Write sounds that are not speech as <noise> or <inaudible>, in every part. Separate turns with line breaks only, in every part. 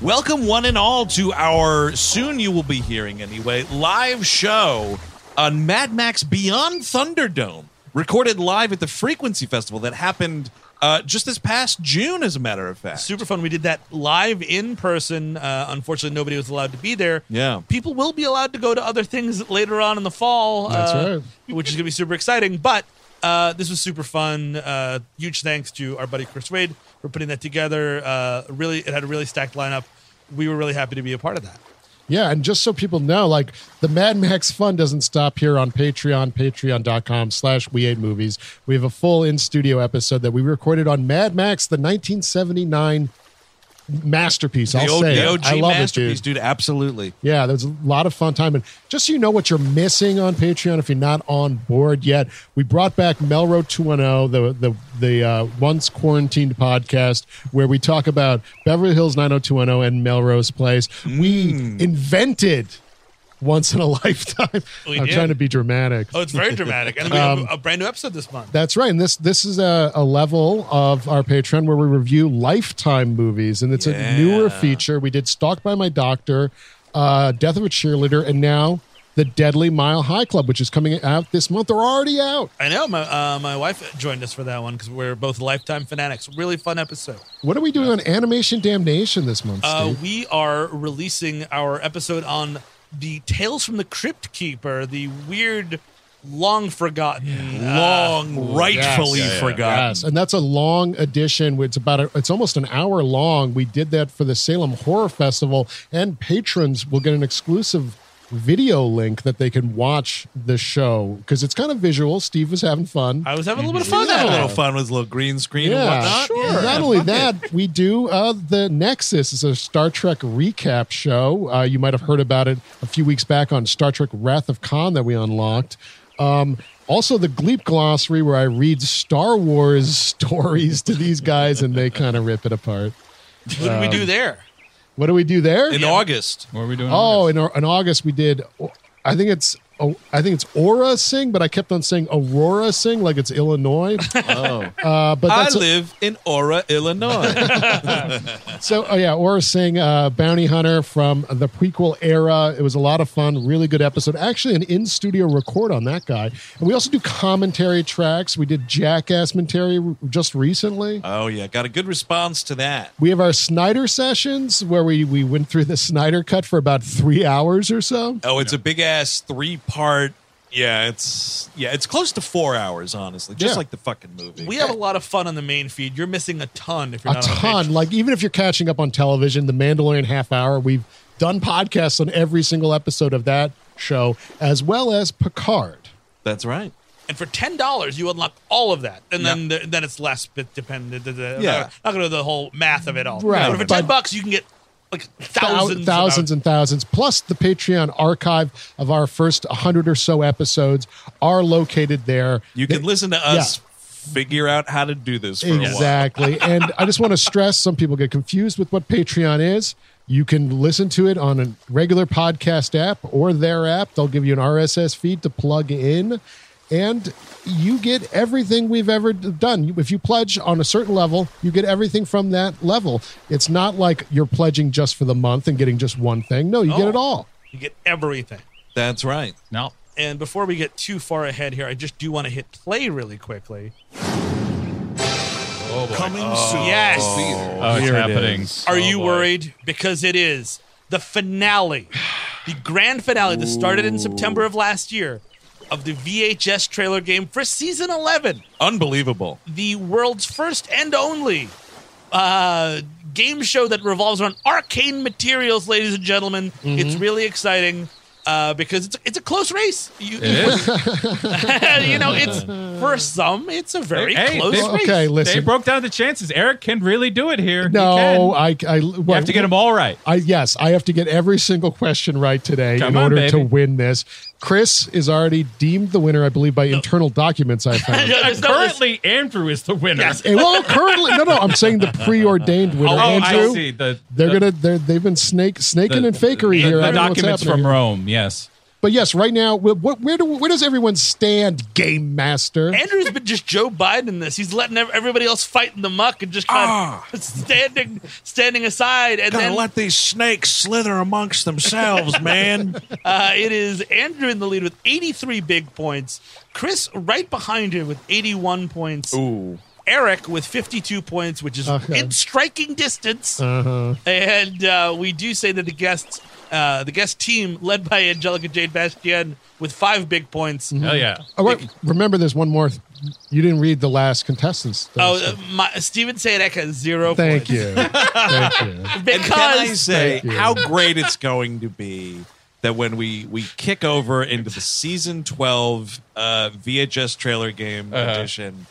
Welcome, one and all, to our soon you will be hearing anyway live show on Mad Max Beyond Thunderdome, recorded live at the Frequency Festival that happened uh, just this past June, as a matter of fact.
Super fun. We did that live in person. Uh, unfortunately, nobody was allowed to be there.
Yeah.
People will be allowed to go to other things later on in the fall.
That's
uh,
right.
Which is going to be super exciting. But uh, this was super fun. Uh, huge thanks to our buddy Chris Wade for putting that together. Uh, really, it had a really stacked lineup. We were really happy to be a part of that.
Yeah, and just so people know, like the Mad Max fun doesn't stop here on Patreon, patreon.com slash we hate movies. We have a full in-studio episode that we recorded on Mad Max, the 1979 masterpiece. I'll
the, O-
say
the
it.
OG
I love it,
masterpiece,
dude.
dude. Absolutely.
Yeah, there's a lot of fun time. And just so you know what you're missing on Patreon, if you're not on board yet, we brought back Melro 210, oh, the the the uh, once quarantined podcast where we talk about Beverly Hills 90210 and Melrose Place.
Mm.
We invented once in a <laughs> lifetime.
We
I'm
did.
trying to be dramatic.
Oh, it's very dramatic. And we
Um,
have a brand new episode this month.
That's right. And this this is a, a level of our Patreon where we review lifetime movies, and it's
Yeah.
a newer feature. We did Stalked by My Doctor, uh, Death of a Cheerleader, and now the Deadly Mile High Club, which is coming out this month. They're already out.
I know. My, uh, my wife joined us for that one because we're both lifetime fanatics. Really fun episode.
What are we doing on Animation Damnation this month,
Uh,
Steve?
we are releasing our episode on the Tales from the Crypt Keeper, the weird, long forgotten, uh,
Long, rightfully
Ah, yes. Yeah,
yeah.
forgotten.
Yes, and that's a long edition. It's about a, it's almost an hour long. We did that for the Salem Horror Festival, and patrons will get an exclusive video link that they can watch the show because it's kind of visual. Steve was having fun.
I was having a little bit of
Fun
fun
had
at
a
it.
little fun with a little green screen and
yeah,
whatnot.
sure.
Yeah.
Not only that, we do uh, the Nexus is a Star Trek recap show. Uh, you might have heard about it a few weeks back on Star Trek Wrath of Khan that we unlocked. Um, also, the Gleep glossary where I read Star Wars <laughs> stories to these guys and they kind of rip it apart.
What did we do there?
What do we do there?
Um, In August.
What are we doing?
oh, in, in August we did. I think it's. Oh, I think it's Aura Sing, but I kept on saying Aurora Sing like it's Illinois.
oh.
Uh, but
I
that's
live in Aura,
<laughs>
Illinois.
So, oh yeah, Aura Singh, uh, Bounty Hunter from the prequel era. It was a lot of fun, really good episode. Actually, an in studio record on that guy. And we also do commentary tracks. We did Jackass Terry just recently.
oh, yeah. Got a good response to that.
We have our Snyder sessions where we, we went through the Snyder cut for about three hours or so.
Oh, it's a big ass three part. Yeah, it's yeah, it's close to four hours, honestly. Just
Yeah.
like the fucking movie.
We have a lot of fun on the main feed. You're missing a ton if you're
A
not on
ton.
Patreon.
Like, even if you're catching up on television, The Mandalorian Half Hour, we've done podcasts on every single episode of that show, as well as Picard.
That's right.
And for ten dollars, you unlock all of that, and then the, then it's less bit dependent. the- the-
Yeah.
not gonna do the whole math of it all.
Right.
But for
But-
ten bucks, you can get like thousands,
thousands,
of
thousands and thousands. Plus, the Patreon archive of our first 100 or so episodes are located there.
You
They-
can listen to us figure out how to do this for a while.
Exactly. and I just want to stress some people get confused with what Patreon is. You can listen to it on a regular podcast app or their app. They'll give you an RSS feed to plug in. And you get everything we've ever d- done. If you pledge on a certain level, you get everything from that level. It's not like you're pledging just for the month and getting just one thing. No, you get
No.
it all.
You get everything.
That's right.
No.
And before we get too far ahead here, I just do want to hit play really quickly.
Oh boy.
Coming soon.
Yes.
Oh, it's
Here it
happening.
is.
Are
Oh,
you
boy.
worried? Because it is the finale, the grand finale that started in September of last year of the VHS trailer game for season 11,
Unbelievable.
the world's first and only uh, game show that revolves around arcane materials, ladies and gentlemen.
Mm-hmm.
It's really exciting. Uh, because it's it's a close race, you,
It is.
<laughs> you know. It's for some, it's a very
Hey,
close
they-
race.
Okay, <laughs>
They
listen.
broke down the chances. Eric can really do it <laughs> here. he can.
No, uh, I, I
you have to get them all right.
I yes, I have to get every single question right today
Come
in
on,
order
baby.
to win this. Chris is already deemed the winner, I believe, by internal documents I
<laughs>
found.
There's no-
Currently, Andrew is the winner.
Yes.
Eh, well, currently, no, no, I'm saying the preordained winner,
Oh,
Andrew.
I see. The,
They're
the,
gonna, they're, they've been snake, snaking
the-
and fakery
the-
here.
The
I don't know what's
documents
happening
from
here.
Rome. Yes.
But yes, right now, wh- wh- where do where does everyone stand, Game Master?
Eh.
Andrew's been just Joe Biden in this. He's letting ev- everybody else fight in the muck and just kind
Ah.
of <laughs> standing standing aside. And
Gotta
then
let these snakes slither amongst
<laughs>
themselves, man.
uh, it is Andrew in the lead with 83 big points. Chris right behind him with 81 points.
Ooh.
Eric with 52 points, which is
Okay.
in striking distance.
Uh-huh.
And uh, we do say that the guests, uh, the guest team led by Angelica Jade Bastien with five big points.
Hell yeah.
Oh, wait, remember, there's one more. th- You didn't read the last contestants. though,
Oh,
so-
uh, my, Steven Sadek has zero
thank
<laughs>
points.
you, thank you.
And can I
Because
say
Thank you.
how great it's going to be that when we we kick over into the season twelve uh, VHS trailer game
Uh-huh.
edition,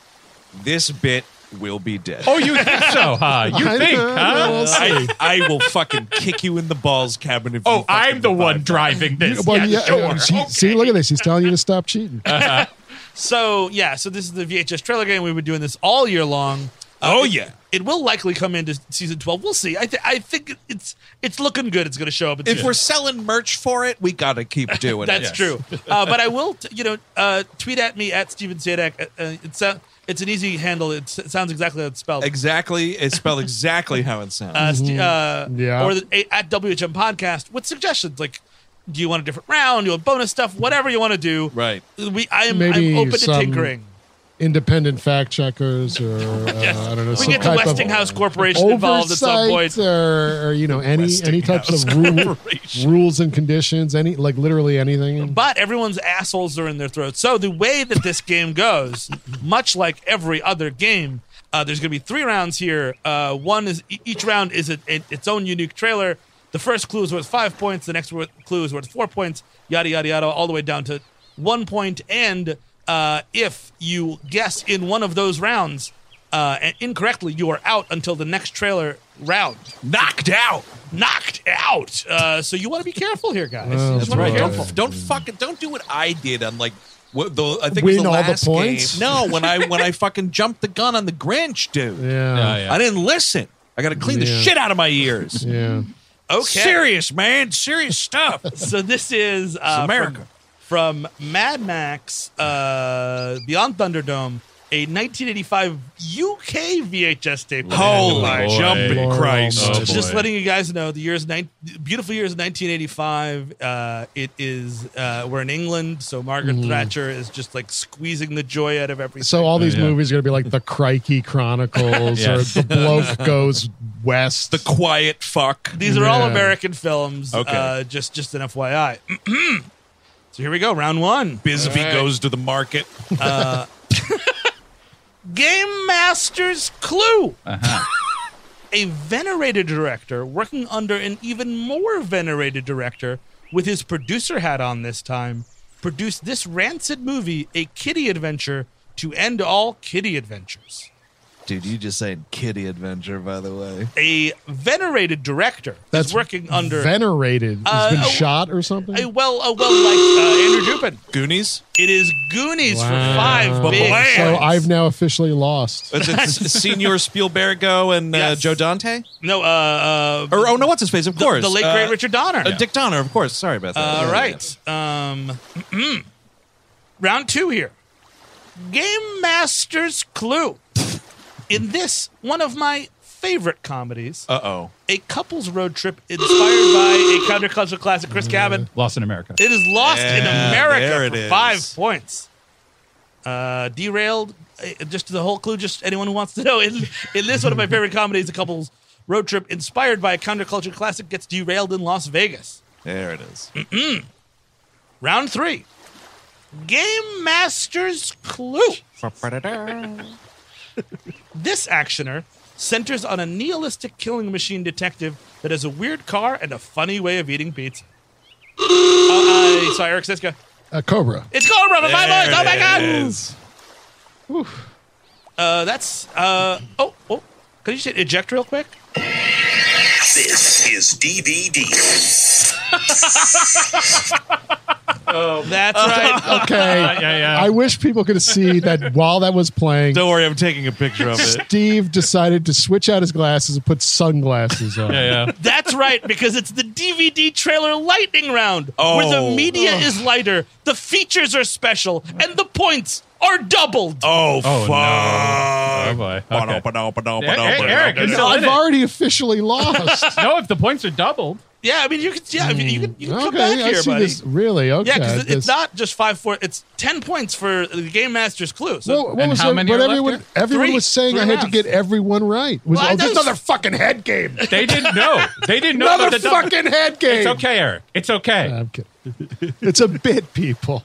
this bit will be dead.
Oh, you think so, huh?
<laughs>
You
I
think,
know,
huh?
we'll see.
I, I will fucking kick you in the balls, cabin. If
Oh,
you fucking
I'm the one
revive
<laughs>
driving this.
Well,
yeah,
yeah,
sure.
she-
Okay.
see, look at this. He's telling you to stop cheating.
Uh, so yeah, so this is the VHS trailer game. We've been doing this all year long.
that. Oh yeah.
It will likely come into season twelve. We'll see. I, th- I think it's it's looking good. It's going to show up. In
If
season
we're selling merch for it, we gotta <laughs> keep doing
That's
it.
true. Uh, but I will, t- you know, uh, tweet at me at Steven Sadek. Uh, uh, it's a, it's an easy handle. It's, it sounds exactly how it's spelled.
Exactly. It's spelled exactly how it sounds.
uh, st- uh,
Mm-hmm. Yeah.
Or the, a, at WHM Podcast with suggestions like, do you want a different round? Do you want bonus stuff? Whatever you want to do.
right.
We, I'm,
Maybe
I'm open to
some
tinkering.
Independent fact checkers, or
<laughs>
uh, I don't know,
We
some
get the
type of
Westinghouse Corporation involved at some point.
oversight, or, or you know, any any types of rule, rules and conditions, any like literally anything.
but everyone's assholes are in their throats. So the way that this game goes, much like every other game, uh, there's going to be three rounds here. Uh, one is e- each round is a, a- its own unique trailer. The first clue is worth five points. The next wor- clue is worth four points. Yada yada yada, all the way down to one point. And uh, if you guess in one of those rounds uh, and incorrectly, you are out until the next trailer round.
Knocked out.
Knocked out. Uh, so you want to be careful here, guys.
Oh,
You just
That's
wanna be
Right.
right.
careful.
Don't don't fucking don't do what I did on like what the I think it was
Win
the
all the
last
points?
game. No, when I when I fucking jumped the gun on the Grinch, dude.
Yeah,
Yeah,
I didn't listen. I got to clean the
Yeah.
shit out of my ears.
yeah.
Okay.
Serious man, serious stuff. <laughs>
so this is uh,
America.
from, from Mad Max uh, Beyond Thunderdome, a 1985 UK VHS tape. that I had to
Holy
buy.
Oh, boy.
jumping
Lord
Christ!
Oh,
almighty.
boy.
Just letting you guys know, the year's nine, beautiful year is 1985. Uh, it is uh, we're in England, so Margaret Thatcher is just like squeezing the joy out of everything.
Mm-hmm. So all these
Yeah.
movies are gonna be like the Crikey
<laughs>
Chronicles
Yes.
or
<laughs>
the bloke goes west.
The quiet fuck.
These are all
Yeah.
American films.
Okay.
Uh, just just an FYI. <clears throat> so here we go, round one.
Bisbee goes to the market.
Game Master's Clue.
Uh-huh.
<laughs> a venerated director working under an even more venerated director with his producer hat on this time produced this rancid movie, A Kitty Adventure, to end all kitty adventures.
Dude, you just said kitty adventure, by the way.
A venerated director
That's
is working under
venerated. He's
Uh,
been
oh,
shot or something.
a well, a well liked uh, Andrew Dupin.
Goonies.
It is Goonies
Wow.
for five big
Blank.
so
points.
I've now officially lost.
Is it Senior Spielbergo and uh,
Yes.
Joe Dante?
no, uh, uh,
Or oh no, what's his face? Of course,
the late great
Uh,
Richard Donner.
uh, Dick Donner, of course. Sorry about that.
All
Yeah,
right. Um, round two here. Game Master's Clue. In this, one of my favorite comedies,
Yeah. Uh oh.
a couple's road trip inspired by a counterculture classic, Chris
Mm-hmm.
Cabin.
Lost in America.
It is Lost in
Yeah,
America
there
for
it is.
five points. Uh, derailed. uh, Just the whole clue. Just anyone who wants to <laughs> know. In, in
<laughs>
this one of my favorite comedies, a couple's road trip inspired by a counterculture classic gets derailed in Las Vegas.
There it is.
Round three. Game Master's
<laughs>
Clue. This actioner centers on a nihilistic killing machine detective that has a weird car and a funny way of eating
<gasps>
pizza. Oh, I saw Eric Siska.
A
<laughs>
cobra.
It's Cobra from my
There
boys. Oh my
it
god.
is.
Uh, that's uh oh oh. Could you say eject real quick? <laughs>
This is DVD.
Oh, That's right.
Okay.
Yeah, yeah, yeah.
I wish people could see
<laughs>
that while that was playing,
Don't worry, I'm taking a picture of it.
Steve decided to switch out his glasses and put sunglasses on.
yeah,
<laughs>
yeah.
That's right, because it's the DVD trailer lightning round, where
Oh.
the media is lighter, the features are special, and the points are doubled.
<laughs> Oh,
Oh, no.
fuck.
Oh, boy. Okay.
Ba-dum-ba-dum-ba-dum-ba-dum-ba-dum.
Hey, Eric, it's
No,
still in
I've
it.
already officially lost.
No, if the points are doubled.
Yeah, I mean you can. Yeah, I mean you can. You can come
Mm. okay,
back
I
here,
see
buddy.
this. Really? Okay.
Yeah, because
this-
it's not just five four. It's ten points for the game master's clue. So
Well, what
And
was
how
it-
many
but
are left
everyone,
there?
everyone
Three.
was saying
Three
I had to
rounds.
get everyone right. Was
Well, I
oh, just
know-
another fucking
<laughs>
head game.
They didn't know. They didn't know.
Another
about the double-
fucking head game.
It's okay, Eric. It's okay.
I'm kidding. It's a
<laughs>
bit, people.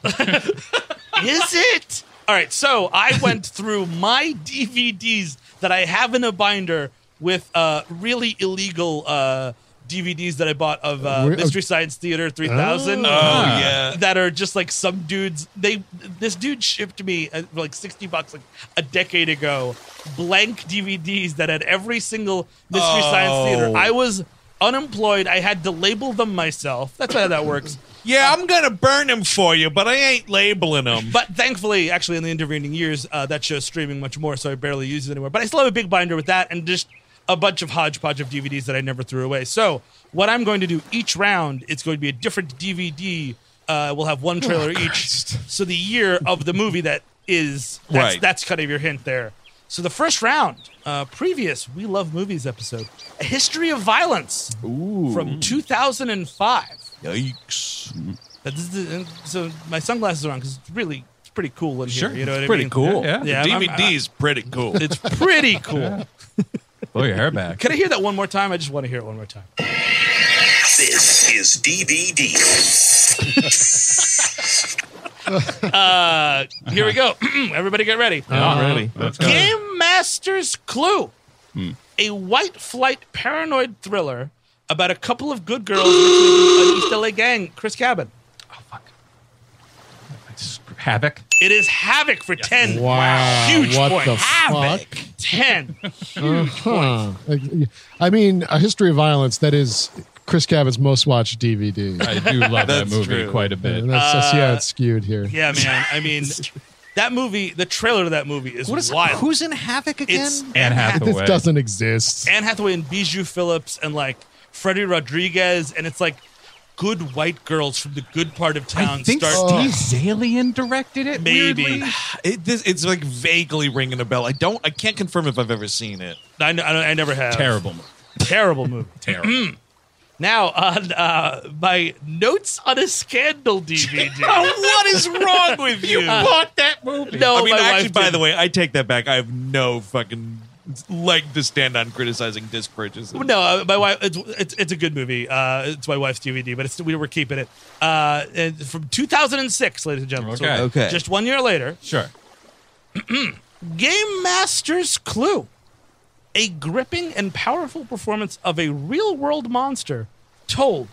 is it? All right. So I went through my DVDs that I have in a binder with uh, really illegal uh, DVDs that I bought of uh,
Re-
Mystery Science Theater 3000.
Oh, yeah.
That are just like some dudes. They this dude shipped me uh, for like sixty bucks like a decade ago, blank DVDs that had every single Mystery Science Theater. I was unemployed. I had to label them myself. That's how that works.
Yeah, I'm going to burn them for you, but I ain't labeling them.
<laughs> But thankfully, actually, in the intervening years, uh, that show's streaming much more, so I barely use it anymore. But I still have a big binder with that and just a bunch of hodgepodge of DVDs that I never threw away. So what I'm going to do each round, it's going to be a different DVD. Uh, we'll have one trailer each. So the year of the movie that is that's,
Right.
that's kind of your hint there. So the first round, uh, previous We Love Movies episode, a history of violence from 2005.
Yikes.
But this is the, so my sunglasses are on because it's really it's pretty cool in here.
Sure,
you know what I
Pretty
mean?
cool.
Yeah,
yeah.
The
Yeah, I'm-
DVD
I'm-
is pretty cool. <laughs>
It's pretty cool.
Blow your hair back.
Can I hear that one more time? I just want to hear it one more time.
This is DVD.
<laughs> Uh, here we go. <clears throat> Everybody, get ready.
Not really.
Game Master's Clue,
Hmm.
a white flight paranoid thriller about a couple of good girls recruited by an East LA gang. Chris Cabin.
Havoc.
It is Havoc for ten.
Wow,
Huge
what
point.
the
Havoc. Ten.
Huh. Like, I mean, A History of Violence, that is Chris Cabot's most watched DVD.
I do love that
That's
movie
true.
quite a bit.
And that's just-
Uh,
yeah, it's skewed here.
Yeah, man. I mean, that movie, the trailer to that movie is, wild.
Who's in Havoc again?
it's
Anne
This
Hathaway.
doesn't exist.
Anne Hathaway and Bijou Phillips and like Freddie Rodriguez, and it's like good white girls from the good part of town. start
Zalian directed it.
maybe.
weirdly.
<sighs> It, this, it's like vaguely ringing a bell. I don't. I can't confirm if I've ever seen it.
I, kn- I, don't- I never have.
Terrible. movie.
terrible movie.
Terrible.
Now on uh, my notes on a scandal DVD.
Oh, what is wrong with
Uh,
you?
Bought that movie.
no,
I mean,
Oh, my
actually,
wife
by
did.
the way, I take that back. I have no fucking leg to stand on criticizing disc purchases.
No, uh, my wife. It's, it's it's a good movie. Uh, it's my wife's DVD, but it's, we were keeping it. Uh, and from 2006, ladies and gentlemen.
Okay.
Okay.
Just one year later,
Sure.
Game Master's Clue. A gripping and powerful performance of a real world monster told,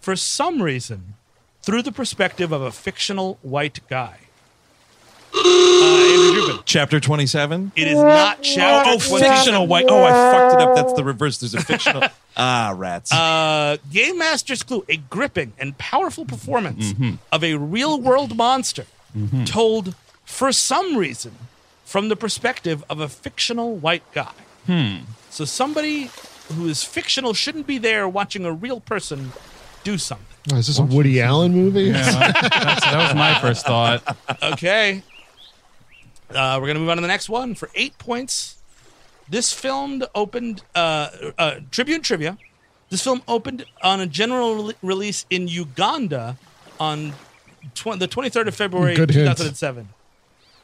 for some reason, through the perspective of a fictional white guy. Uh, Andrew Dubin.
Chapter twenty-seven.
It is not chapter
Oh,
20.
fictional white. Oh, I fucked it up. That's the reverse. There's a
<laughs>
fictional. ah, rats.
Uh, Game Master's Clue, a gripping and powerful performance of a real world monster told, for some reason, from the perspective of a fictional white guy. So somebody who is fictional shouldn't be there watching a real person do something.
Oh, is this a Woody Allen movie?
That's, that was my first thought.
Okay. Uh, we're going to move on to the next one for eight points. This film opened, uh, uh, Tribune Trivia. This film opened on a general rele- release in Uganda on tw- the 23rd of February
Good hint.
2007.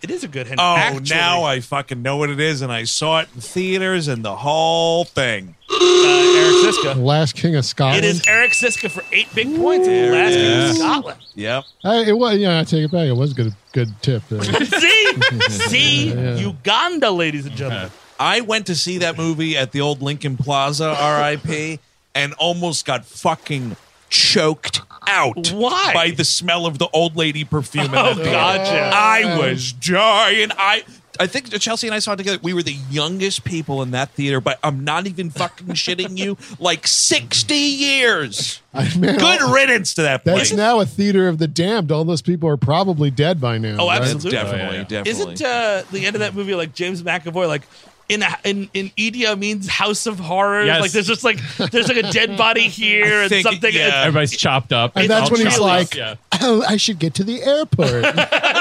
It is a good hint.
oh,
actually.
now I fucking know what it is, and I saw it in theaters and the whole thing.
Uh, Eric Siska.
Last King of Scotland.
It is Eric Siska for eight big points. Last
it
game of
is.
Scotland.
Yep.
I, it was. Yeah, I take it back. It was a good. Good tip. Uh,
See?
<laughs>
See? Uganda, ladies and gentlemen.
I went to see that movie at the old Lincoln Plaza, R.I.P., and almost got fucking choked out.
Why?
By the smell of the old lady perfume. In that
Oh,
theater.
gotcha.
I was dying. I I think Chelsea and I saw it together. We were the youngest people in that theater, but I'm not even fucking shitting you. Like 60 years.
I mean,
Good
all-
riddance to that place.
That's now a theater of the damned. All those people are probably dead by now.
Oh,
right?
absolutely.
Definitely,
Oh, yeah, yeah.
definitely.
Isn't uh, the end of that movie like James McAvoy like in a, in in Idi Amin's House of Horrors?
Yes.
Like there's just like there's like a dead body here and
think-
something.
yeah.
Everybody's chopped up.
And
It's
that's
all
when he's like,
chopped up, yeah.
oh, I should get to the airport. <laughs>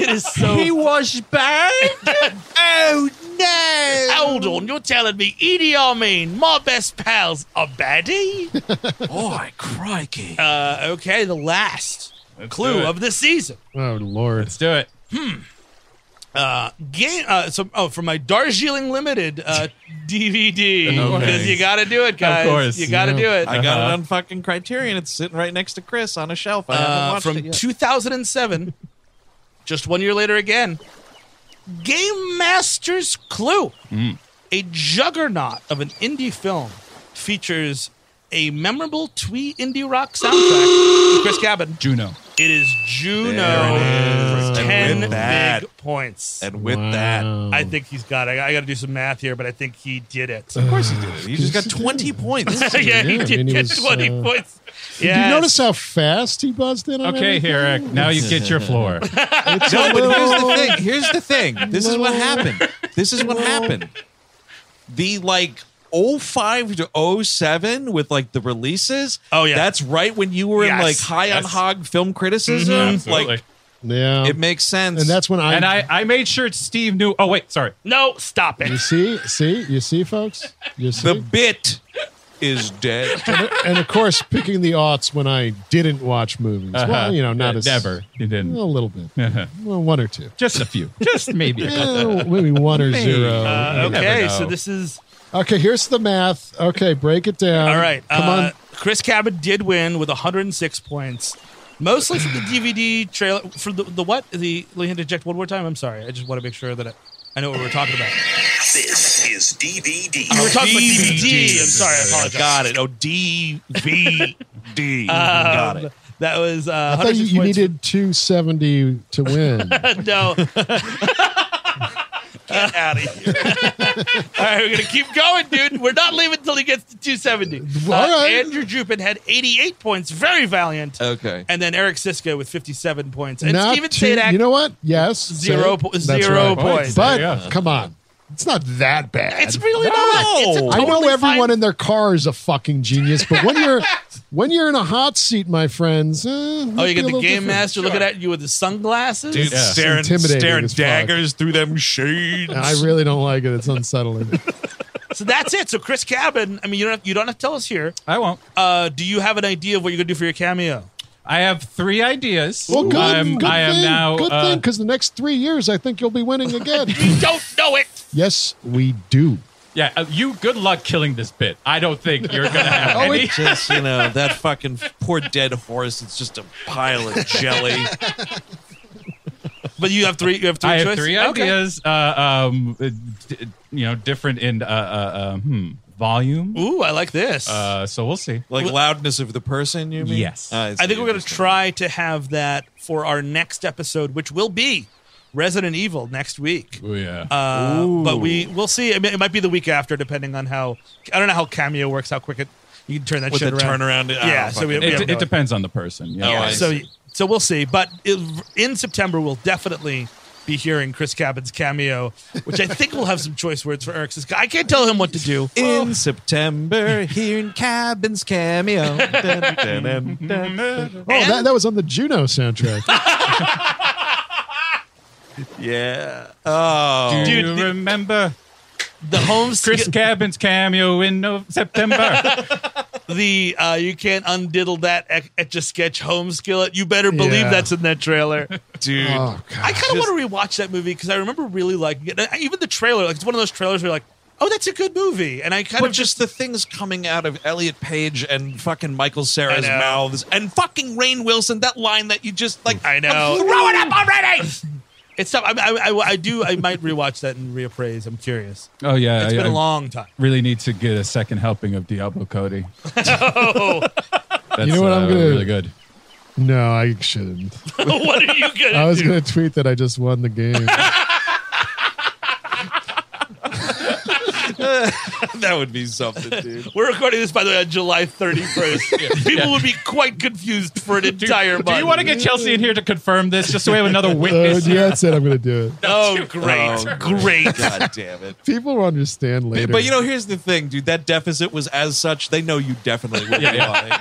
It is so
was <laughs> banned? oh, no.
<laughs> Hold on, you're telling me Idi Amin, my best pals, a baddie?
Boy, Oh, crikey.
uh, okay, the last
Let's do
clue
it.
of the season.
oh, Lord.
Let's do it.
Game. Uh, so, oh, for my Darjeeling Limited uh, <laughs> DVD,
No
because you
thanks.
got to do it, guys.
course,
you got to
yeah.
do it.
I got
Uh-huh.
it on fucking Criterion. It's sitting right next to Chris on a shelf. I haven't
uh,
watched it
from
yet.
2007, just one year later again. Game Master's Clue,
Mm.
a juggernaut of an indie film, features a memorable twee indie rock soundtrack. with Chris Cabin.
Juno.
It is Juno
There it is.
for
And
ten
with that-
big points.
And with that,
I think he's got. it. I, got to do some math here, but I think he did it.
of course he did it. He just got 20 points.
<laughs> yeah, he
<laughs> Yeah, I
did
mean, he
get
was,
twenty
uh,
points.
Did you
Yes.
notice how fast he buzzed in on
Okay,
everything?
here, Eric. Now you get your floor.
It's
No,
a
but here's
little-
the thing. Here's the thing. This is what happened. This is what happened. The like 05 to 07 with like the releases.
Oh, yeah.
That's right when you were
Yes.
in like high on
Yes.
hog film criticism.
Absolutely.
Like
Yeah.
it makes sense.
Um, and that's when I.
and I, I made sure Steve knew. Oh, wait, sorry.
No, stop it.
You see? See? You see, folks? You see?
the bit is dead.
and of course, picking the aughts when I didn't watch movies.
Uh-huh.
Well, you know, not
Uh,
as.
Never. You
A
didn't.
little bit.
Uh-huh.
Well, one or
<laughs>
two.
Just a few. Just maybe. a couple.
Eh, maybe one or zero.
Uh,
You never
okay,
know.
so this is
okay, here's the math. Okay, break it down.
all right.
Come
uh,
on.
Chris Cabin did win with 106 points, mostly from the DVD trailer. For the, the what? The let me hit eject one more time. I'm sorry. I just want to make sure that I, I know what we're talking about.
This is DVD.
Oh,
We're talking about DVD.
DVD.
I'm sorry. I apologize.
Got it. Oh, DVD. Got
Um,
it.
That was. Uh,
I thought you,
106
you
points for-
needed 270
<laughs>
to win.
no.
<laughs>
Get out of here. <laughs> All right, we're going to keep going, dude. We're not leaving until he gets to 270.
All right. Uh,
Andrew Jupin had 88 points, very valiant.
Okay.
And then Eric Siska with 57 points. And
Not
Steven
two-
Sadak.
You know what? Yes.
Zero
say-
po-
that's
zero points.
But
There you go.
come on. It's not that bad.
it's really not. It's a
No.
I
totally
know everyone
fine-
in their car is a fucking genius, but when you're when you're in a hot seat, my friends. eh,
Oh, you
might be
get
a
the
little
game
different.
master looking at you with the sunglasses?
Dude,
Yeah.
staring,
Intimidating
staring
as fuck.
daggers through them shades.
And I
<laughs>
really don't like it. It's unsettling.
So that's it. So Chris Cabin, I mean, you don't have, you don't have to tell us here.
I won't.
Uh, do you have an idea of what you're going to do for your cameo?
I have three ideas.
Well, good,
I'm,
good
I am
thing.
now.
good
uh,
thing, because the next three years, I think you'll be winning again. <laughs>
You don't know it.
yes, we do.
Yeah, uh, you. Good luck killing this bit. I don't think you're gonna
<laughs>
have
Oh,
any.
it-
just you <laughs> know that fucking poor dead horse. It's just a pile of jelly.
But you have three. You have three.
I have
choices?
three
Okay.
ideas. Uh, um, uh, d- you know, different in uh, uh, uh, hmm, volume.
Ooh, I like this.
Uh, so we'll see.
Like loudness of the person, you mean?
Yes.
Uh,
I think we're going to
see.
try to have that for our next episode, which will be Resident Evil next week.
Oh, yeah.
Uh, but we we'll see. I mean, it might be the week after, depending on how I don't know how Cameo works, how quick it you can turn that
with the
shit around.
turnaround. I
Yeah,
don't
so we-
fucking
we
know.
have
it, it depends on the person. Yeah.
Oh, I
So
see.
so we'll see. But it, in September, we'll definitely be hearing Chris Cabin's cameo, which I think will have some choice words for Eric's. I can't tell him what to do.
in September here in Cabin's cameo. <laughs> Dun, dun, dun, dun, dun.
Oh, that, that was on the Juno soundtrack.
yeah. Oh.
Do
Dude,
you
the-
remember
The home
Chris
<laughs>
Cabin's cameo in no- September?
the uh, you can't undiddle that e, etch a sketch home skillet. You better believe
Yeah.
that's in that trailer.
dude.
Oh,
I
God.
kind of want to rewatch that movie because I remember really liking it. And Even the trailer, like it's one of those trailers where you're like, oh, that's a good movie, and I kind
But
of
just
just
the things coming out of Elliot Page and fucking Michael Sarah's
I know.
mouths and fucking Rain Wilson, that line that you just like.
<laughs> I know.
I'm throwing up already.
<laughs> it's tough. I, I, I, I do. I might rewatch that and reappraise. I'm curious.
Oh yeah.
It's
I,
been a
I
long time.
Really need to get a second helping of Diablo
<laughs>
Cody.
Oh.
That's,
You know what
uh,
I'm gonna-
really good.
No, I shouldn't.
what are you gonna
I was
do?
going to tweet that I just won the game.
that would be something, dude.
We're recording this, by the way, on July
<laughs>
31st. People would be quite confused for an entire month.
Do you want to get Chelsea in here to confirm this, just so we have
<laughs>
another
Uh,
witness?
yeah, that's it. I'm going to do it.
<laughs>
Oh, great.
Oh,
<laughs> great.
God damn it.
People will understand later.
But you know, here's the thing, dude. That deficit was as such. They know you definitely
<laughs>
would be lying.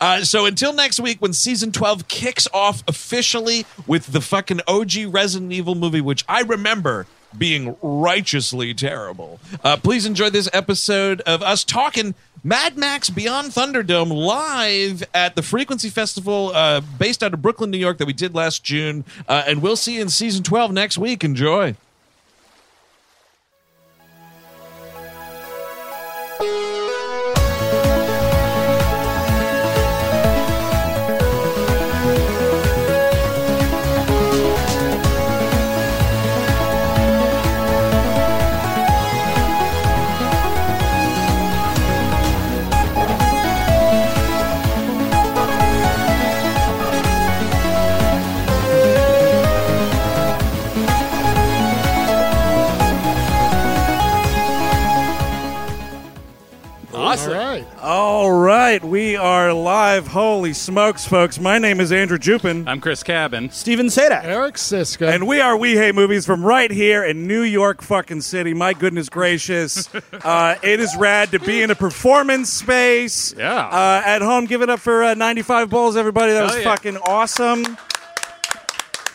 Uh, so until next week, when season twelve kicks off officially with the fucking OG Resident Evil movie, which I remember being righteously terrible. Uh, please enjoy this episode of us talking Mad Max Beyond Thunderdome live at the Frequency Festival, uh, based out of Brooklyn, New York, that we did last June, uh, and we'll see you in season twelve next week. Enjoy.
All right.
All right, we are live. Holy smokes, folks. My name is Andrew Jupin.
I'm Chris Cabin.
Steven Sadak.
Eric Siska.
And we are We Hate Movies from right here in New York fucking city. My
<laughs>
goodness gracious. Uh, it is rad to be in a performance space.
Yeah.
Uh, at home, give it up for uh, 95 Bulls, everybody. That was
yeah.
fucking awesome.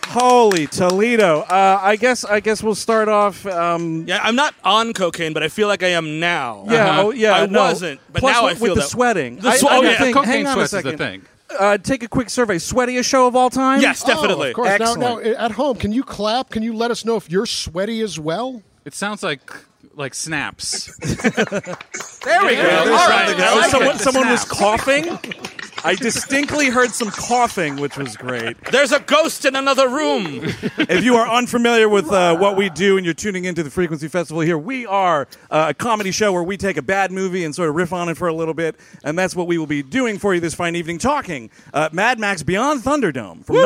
Holy Toledo. Uh, I guess I guess we'll start off. Um,
<laughs> Yeah, I'm not on cocaine, but I feel like I am now.
yeah,
Uh-huh.
oh, yeah.
I
no.
wasn't, but
Plus
now
with,
I feel
with the
that-
sweating.
The
I-
swe-
I
oh,
don't
yeah,
think-
cocaine
hang on a
sweats is
second.
the thing.
Uh, take a quick survey. Sweatiest show of all time?
Yes,
Oh,
definitely.
of course. Now, now,
Excellent.
at home, can you clap? Can you let us know if you're sweaty as well?
It sounds like like snaps.
There we
Yeah,
go.
there's
All right.
something
That
I
else.
was
like
someone
it.
someone was coughing. I distinctly heard some coughing, which was great.
There's a ghost in another room.
If you are unfamiliar with uh, what we do and you're tuning into the Frequency Festival here, we are uh, a comedy show where we take a bad movie and sort of riff on it for a little bit, and that's what we will be doing for you this fine evening, talking uh, Mad Max Beyond Thunderdome from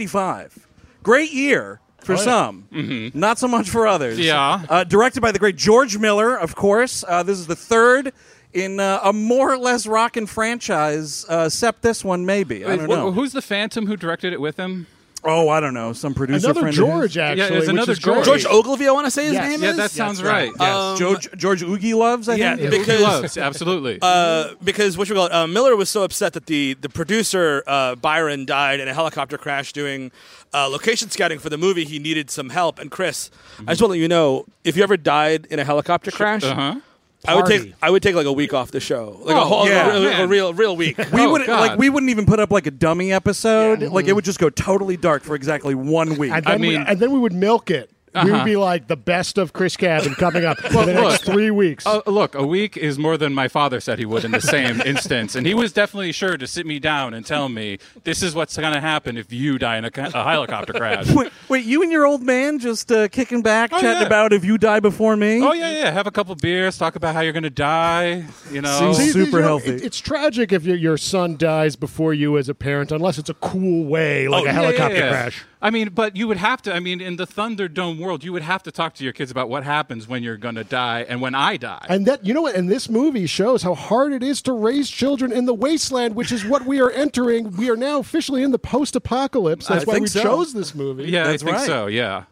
1985. Great year. For some, not so much for others.
Yeah.
Uh, directed by the great George Miller, of course. Uh, this is the third in uh, a more or less rockin' franchise, uh, except this one, maybe. I
Wait,
don't
wh-
know.
Who's the Phantom who directed it with him?
oh, I don't know. Some producer
Another
friend of his.
George, actually.
Yeah, there's
which
another
is great.
George.
George Ogilvy, I want to say his
Yes.
name
Yeah,
is.
that sounds right. Yes.
George George Oogie loves, I
yeah,
think.
because-
He loves, absolutely.
Uh,
Mm-hmm.
because what you call it, uh, Miller was so upset that the the producer uh, Byron died in a helicopter crash doing uh, location scouting for the movie. He needed some help, and Chris, I
Mm-hmm.
just want to let you know if you ever died in a helicopter crash,
uh-huh.
I would
Party.
take I would take like a week off the show, like a
Oh,
whole
yeah,
a, real- a
man.
real real week.
We
Oh,
wouldn't
God.
like we wouldn't even put up like a dummy episode. Like it would just go totally dark for exactly one week.
And then,
I
we,
mean- Uh-huh.
and then we would milk it. We would be like the best of Chris Cabin coming
<laughs>
up for the next three weeks.
Uh, look, a week is more than my father said he
<laughs>
would in the same instance, and he was definitely sure to sit me down and tell me this is what's going to happen if you die in a, ca- a helicopter crash.
<laughs> <laughs> wait, wait, you and your old man just uh, kicking back,
Oh,
chatting
yeah.
about if you die before me.
Oh yeah, yeah. Have a couple beers, talk about how you're going to die. You know,
See,
See, you
super
know,
healthy.
it- it's tragic if your, your son dies before you as a parent, unless it's a cool way, like
Oh,
a
yeah, yeah,
helicopter
yeah.
crash.
I mean, but you would have to. I mean, in the Thunderdome world, you would have to talk to your kids about what happens when you're going to die and when I die.
And that you know what? And this movie shows how hard it is to raise children in the wasteland, which is what we are entering. We are now officially in the post-apocalypse. That's
I
why
think
we
so.
chose this movie.
yeah,
That's
I think
right.
so. Yeah.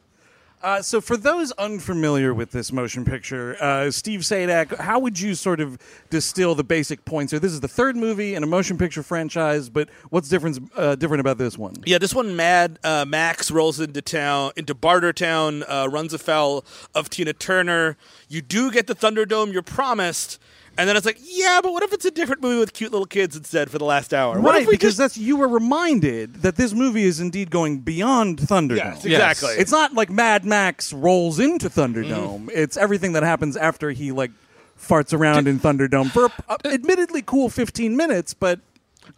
Uh, so, for those unfamiliar with this motion picture, uh, Steve Sadak, how would you sort of distill the basic points? So, this is the third movie in a motion picture franchise, but what's difference uh, different about this one?
<laughs> Yeah, this one, Mad uh, Max rolls into town, into Bartertown, uh, runs afoul of Tina Turner. You do get the Thunderdome, you're promised, and then it's like, yeah, but what if it's a different movie with cute little kids instead for the last hour? What
Right,
if we
because
just
that's you were reminded that this movie is indeed going beyond Thunderdome.
Yes, exactly.
It's not like Mad Max rolls into Thunderdome. It's everything that happens after he like farts around in Thunderdome for a, a- admittedly cool 15 minutes, but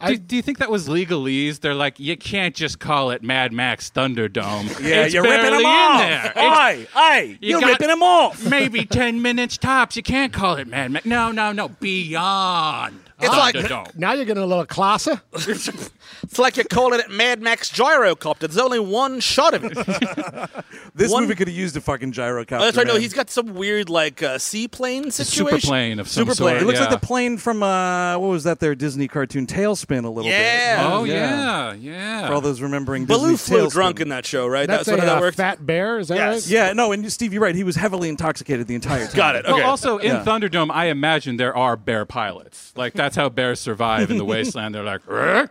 do, do you think that was legalese? They're like, you can't just call it Mad Max Thunderdome.
yeah,
It's
you're ripping
barely
him
in
off. Oh,
there. It's
Aye, aye,
You
you are
got-
ripping him off.
maybe 10 minutes tops. You can't call it Mad Max. No, no, no. Beyond.
It's
Dun,
like
dun, dun.
Now you're getting a little classer.
it's like you're calling it Mad Max Gyrocopter. There's only one shot of
<laughs>
it. Oh,
This
One-
movie could have used a fucking gyrocopter.
that's right. No,
man.
he's got some weird like uh, seaplane situation.
super plane of some
Super
sort.
plane.
It looks
yeah.
like the plane from uh, what was that? Their Disney cartoon Tailspin a little
Yeah.
bit.
Oh
Yeah.
yeah, yeah.
For all those remembering
Baloo
Disney
flew
Tailspin.
drunk in that show, right?
That's,
That's, how
a
that
uh,
works.
fat bear. Is that
Yes.
right?
Yeah, no, and Steve, you're right. He was heavily intoxicated the entire time.
Got it. Uh, Okay.
Well, also in
Yeah.
Thunderdome, I imagine there are bear pilots. Like that's how bears survive
<laughs>
in the wasteland. They're like, "Rrr."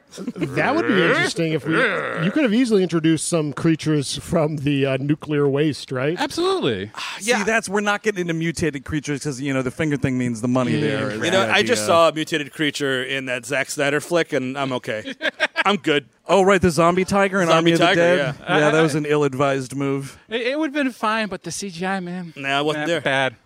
That would be interesting if we. You could have easily introduced some creatures from the uh, nuclear waste, right?
absolutely.
yeah.
See, that's we're not getting into mutated creatures because you know the finger thing means the money there. is uh,
You know,
the
I just
idea.
saw a mutated creature in that Zack Snyder flick, and I'm
<laughs>
okay. I'm good.
Oh, right, the zombie tiger and
Zombie
Army
tiger,
of the Dead. Yeah, that was an ill-advised move.
It, would have been fine, but the CGI man.
Mm,
Nah, it wasn't
eh,
there.
Bad.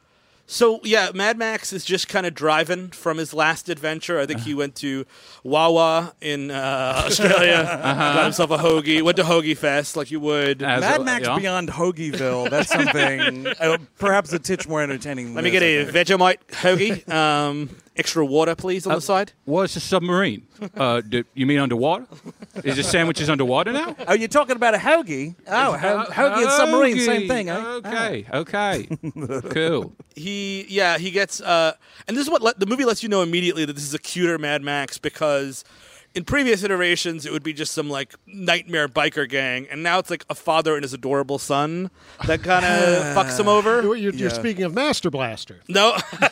So yeah, Mad Max is just kind of driving from his last adventure. I think
Uh-huh.
he went to Wawa in uh, Australia,
<laughs>
got himself a hoagie, went to Hoagie Fest like you would.
Uh-huh. As
Mad
a-
Max
yeah.
Beyond Hoagieville.
<laughs>
That's something uh, perhaps a titch more entertaining. Than
Let me
this,
get
I
a
think.
Vegemite hoagie. Um, extra water, please, on the
Uh,
side.
Well, it's a submarine.
<laughs>
Uh, do, you mean underwater? Is the sandwiches underwater now?
Oh, you're talking about a hoagie? Oh, ho- hoagie and submarine, same thing. eh?
Okay,
<laughs>
okay, cool.
he yeah he gets uh and this is what let, the movie lets you know immediately that this is a cuter mad max because in previous iterations it would be just some like nightmare biker gang and now it's like a father and his adorable son that kind of
<laughs>
fucks him
You're,
over
you're, you're speaking of Master Blaster.
no no i'm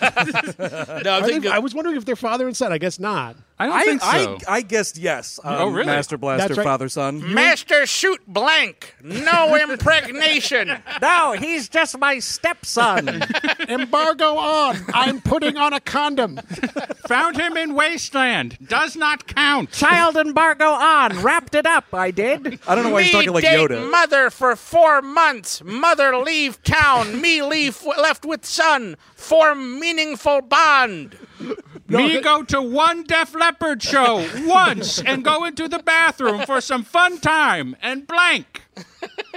Are
thinking
they- I was wondering if they're father and son. I guess not.
I don't
I,
think
I,
so.
I guessed yes. Um,
Oh, really?
Master Blaster,
That's right.
father, son.
master shoot blank no
<laughs>
impregnation
No, he's just my stepson.
Embargo on. I'm putting on a condom.
Found him in wasteland. Does not count.
Child embargo on. Wrapped it up. I did. I don't know why he's talking like Yoda.
mother for four months. Mother leave town. Me leave left with son. Form meaningful bond.
Me go to one Def Leopard <laughs> show once and go into the bathroom for some fun time and blank.
<laughs>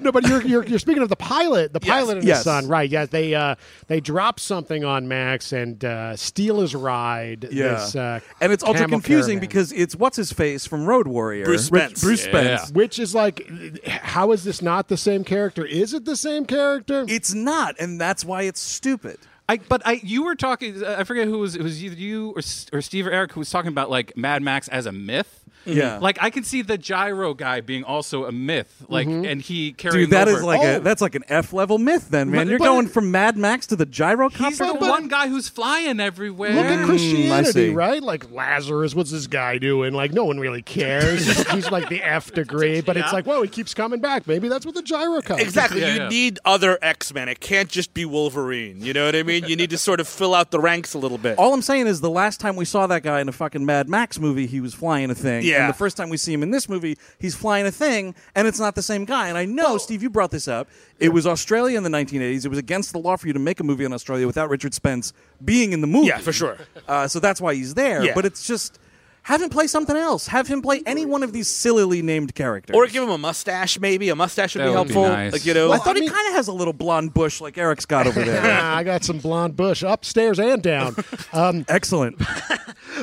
No, but you're, you're, you're speaking of the pilot, the pilot and
Yes.
his son, right? Yeah, they uh, they drop something on Max and uh, steal his ride.
yeah.
this, uh,
and it's ultra
camel
confusing
caravan.
because it's what's his face from Road Warrior.
Bruce Spence.
Bruce
Yeah.
Spence.
which is like, how is this not the same character? Is it the same character?
It's not, and that's why it's stupid.
I, but I, you were talking. I forget who was. It was either you or, S- or Steve or Eric who was talking about like Mad Max as a myth.
Mm-hmm. Yeah.
like I can see the gyro guy being also a myth. Like, and he carrying
Mm-hmm. Dude, that is
over.
like
Oh.
a that's like an F level myth, then man. You're
but-
going from Mad Max to the gyrocopter.
Oh, he's the one guy who's flying everywhere.
Look at
see.
Christianity, right? Like Lazarus, what's this guy doing? Like no one really cares. he's, he's like the F degree, but it's like, whoa, he keeps coming back. Maybe that's what the gyro comes.
Exactly.
Yeah,
you
yeah.
need other X Men. It can't just be Wolverine. You know what I mean? You need to sort of fill out the ranks a little bit.
Oh,
All I'm saying is the last time we saw that guy in a fucking Mad Max movie, he was flying a thing.
Yeah.
And the first time we see him in this movie, he's flying a thing, and it's not the same guy. And I know, Steve, you brought this up. It was Australia in the 1980s. It was against the law for you to make a movie in Australia without Richard Spence being in the movie.
Yeah, for sure.
Uh, so that's why he's there.
Yeah.
But it's just have him play something else. Have him play any one of these sillily named characters.
Or give him a mustache, maybe. A mustache would
That
be
would be
helpful.
nice.
Like you know,
I thought
I
he
mean-
kind of has a little blonde bush like Eric's got over <laughs> there.
Ah, <laughs> I got some blonde bush upstairs and down. Um, <laughs>
Excellent.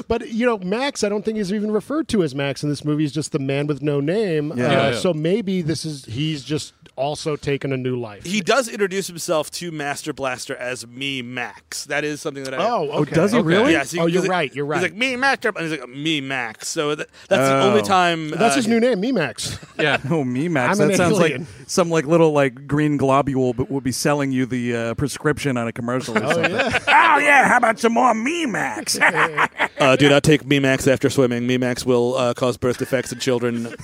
but you know, Max, I don't think he's even referred to as Max in this movie. He's just the man with no name.
Yeah.
Uh,
Yeah, yeah.
So maybe this is he's just also taken a new life.
he does introduce himself to Master Blaster as me Max. That is something that I
oh, okay.
does he really?
Yeah, so
oh,
he-
you're
he's like-
right. You're right.
He's like me Master, and he's like me Max. So that, that's the
Oh.
only time.
Oh, that's
uh,
his new name, Memax.
yeah.
Oh, me, Max.
I'm an
that sounds
alien.
like some like little like green globule, but would be selling you the uh, prescription on a commercial or something. <laughs> oh yeah, how about some more me,
<laughs>
Max?
Uh, do not take Memax after swimming. Memax will uh, cause birth defects in
<laughs>
children.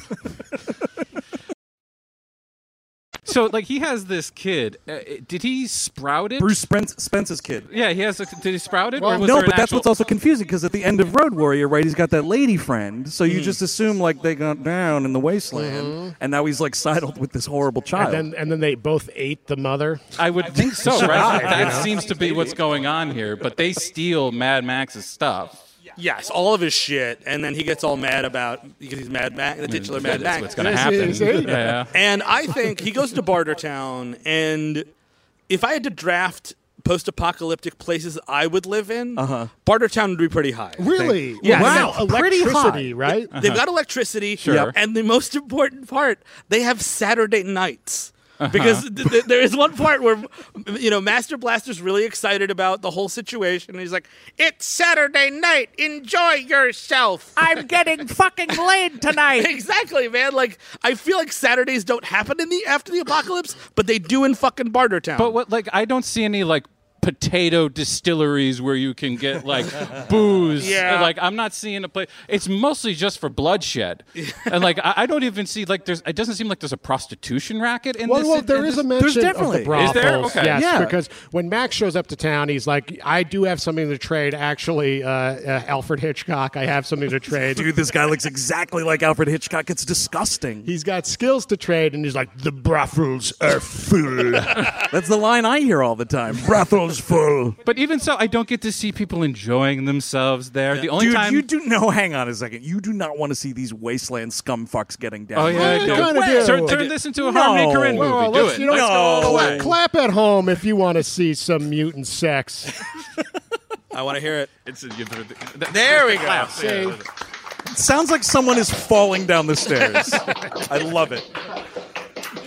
So like he has this kid. Uh, did he sprout it?
Bruce Spence, Spence's kid.
Yeah, he has. A, did he sprout it? or was
no,
there an
but that's
actual-
what's also confusing because at the end of Road Warrior, right, he's got that lady friend, so
Mm.
you just assume like they got down in the wasteland, and now he's like sidled with this horrible
Mm-hmm. and
child.
then and then they both ate the mother.
I would think so, right? That seems to be what's going on here. But they steal Mad Max's stuff.
Yes, all of his shit, and then he gets all mad about because he's Mad Max, the titular Mad
Mm, That's what's
Max.
going to happen.
is it?
Yeah.
And I think he goes to Bartertown, and if I had to draft post-apocalyptic places I would live in, uh-huh. Bartertown would be pretty high.
Really?
Yeah.
Wow.
Wow, pretty
Electricity, right?
They've got electricity,
Uh-huh. Sure.
and the most important part, they have Saturday nights.
Uh-huh.
Because th- th- there is one part where, you know, Master Blaster's really excited about the whole situation. He's like, "It's Saturday night, enjoy yourself."
I'm getting fucking laid tonight.
<laughs> exactly, man. Like, I feel like Saturdays don't happen in the after the apocalypse, but they do in fucking Bartertown.
But what like I don't see any like potato distilleries where you can get
<laughs>
like booze.
Yeah.
Like I'm not seeing a place. It's mostly just for
<laughs>
bloodshed. and like I, I don't even see like there's it doesn't seem like there's a prostitution racket in
Well,
this.
well,
in
there
this-
is a mention
definitely-
of the
Is
brothels.
there? Okay.
Yes,
Yeah.
because when Max shows up to town, he's like, "I do have something to trade. Actually, uh, uh, Alfred Hitchcock, I have something
<laughs>
to trade.
Dude, this guy looks exactly like Alfred Hitchcock. It's disgusting.
He's got skills to trade, and he's like, the brothels are full.
That's the line I hear all the <laughs> time. Brothels full.
But even so, I don't get to see people enjoying themselves there. The only
Dude,
time
you do no. Hang on a second. You do not want to see these wasteland scumfucks getting down.
Oh yeah,
Well,
I do.
you kinda do.
Turn, turn this into a Harmony
No.
Korine movie.
Well,
do
let's-
it.
you know,
Let's
No.
go all the way.
way.
clap at home if you want to see some mutant sex.
I want to hear it.
It's a- you better- th-
There we go.
Say,
It sounds like someone is falling down the stairs. <laughs> I love it.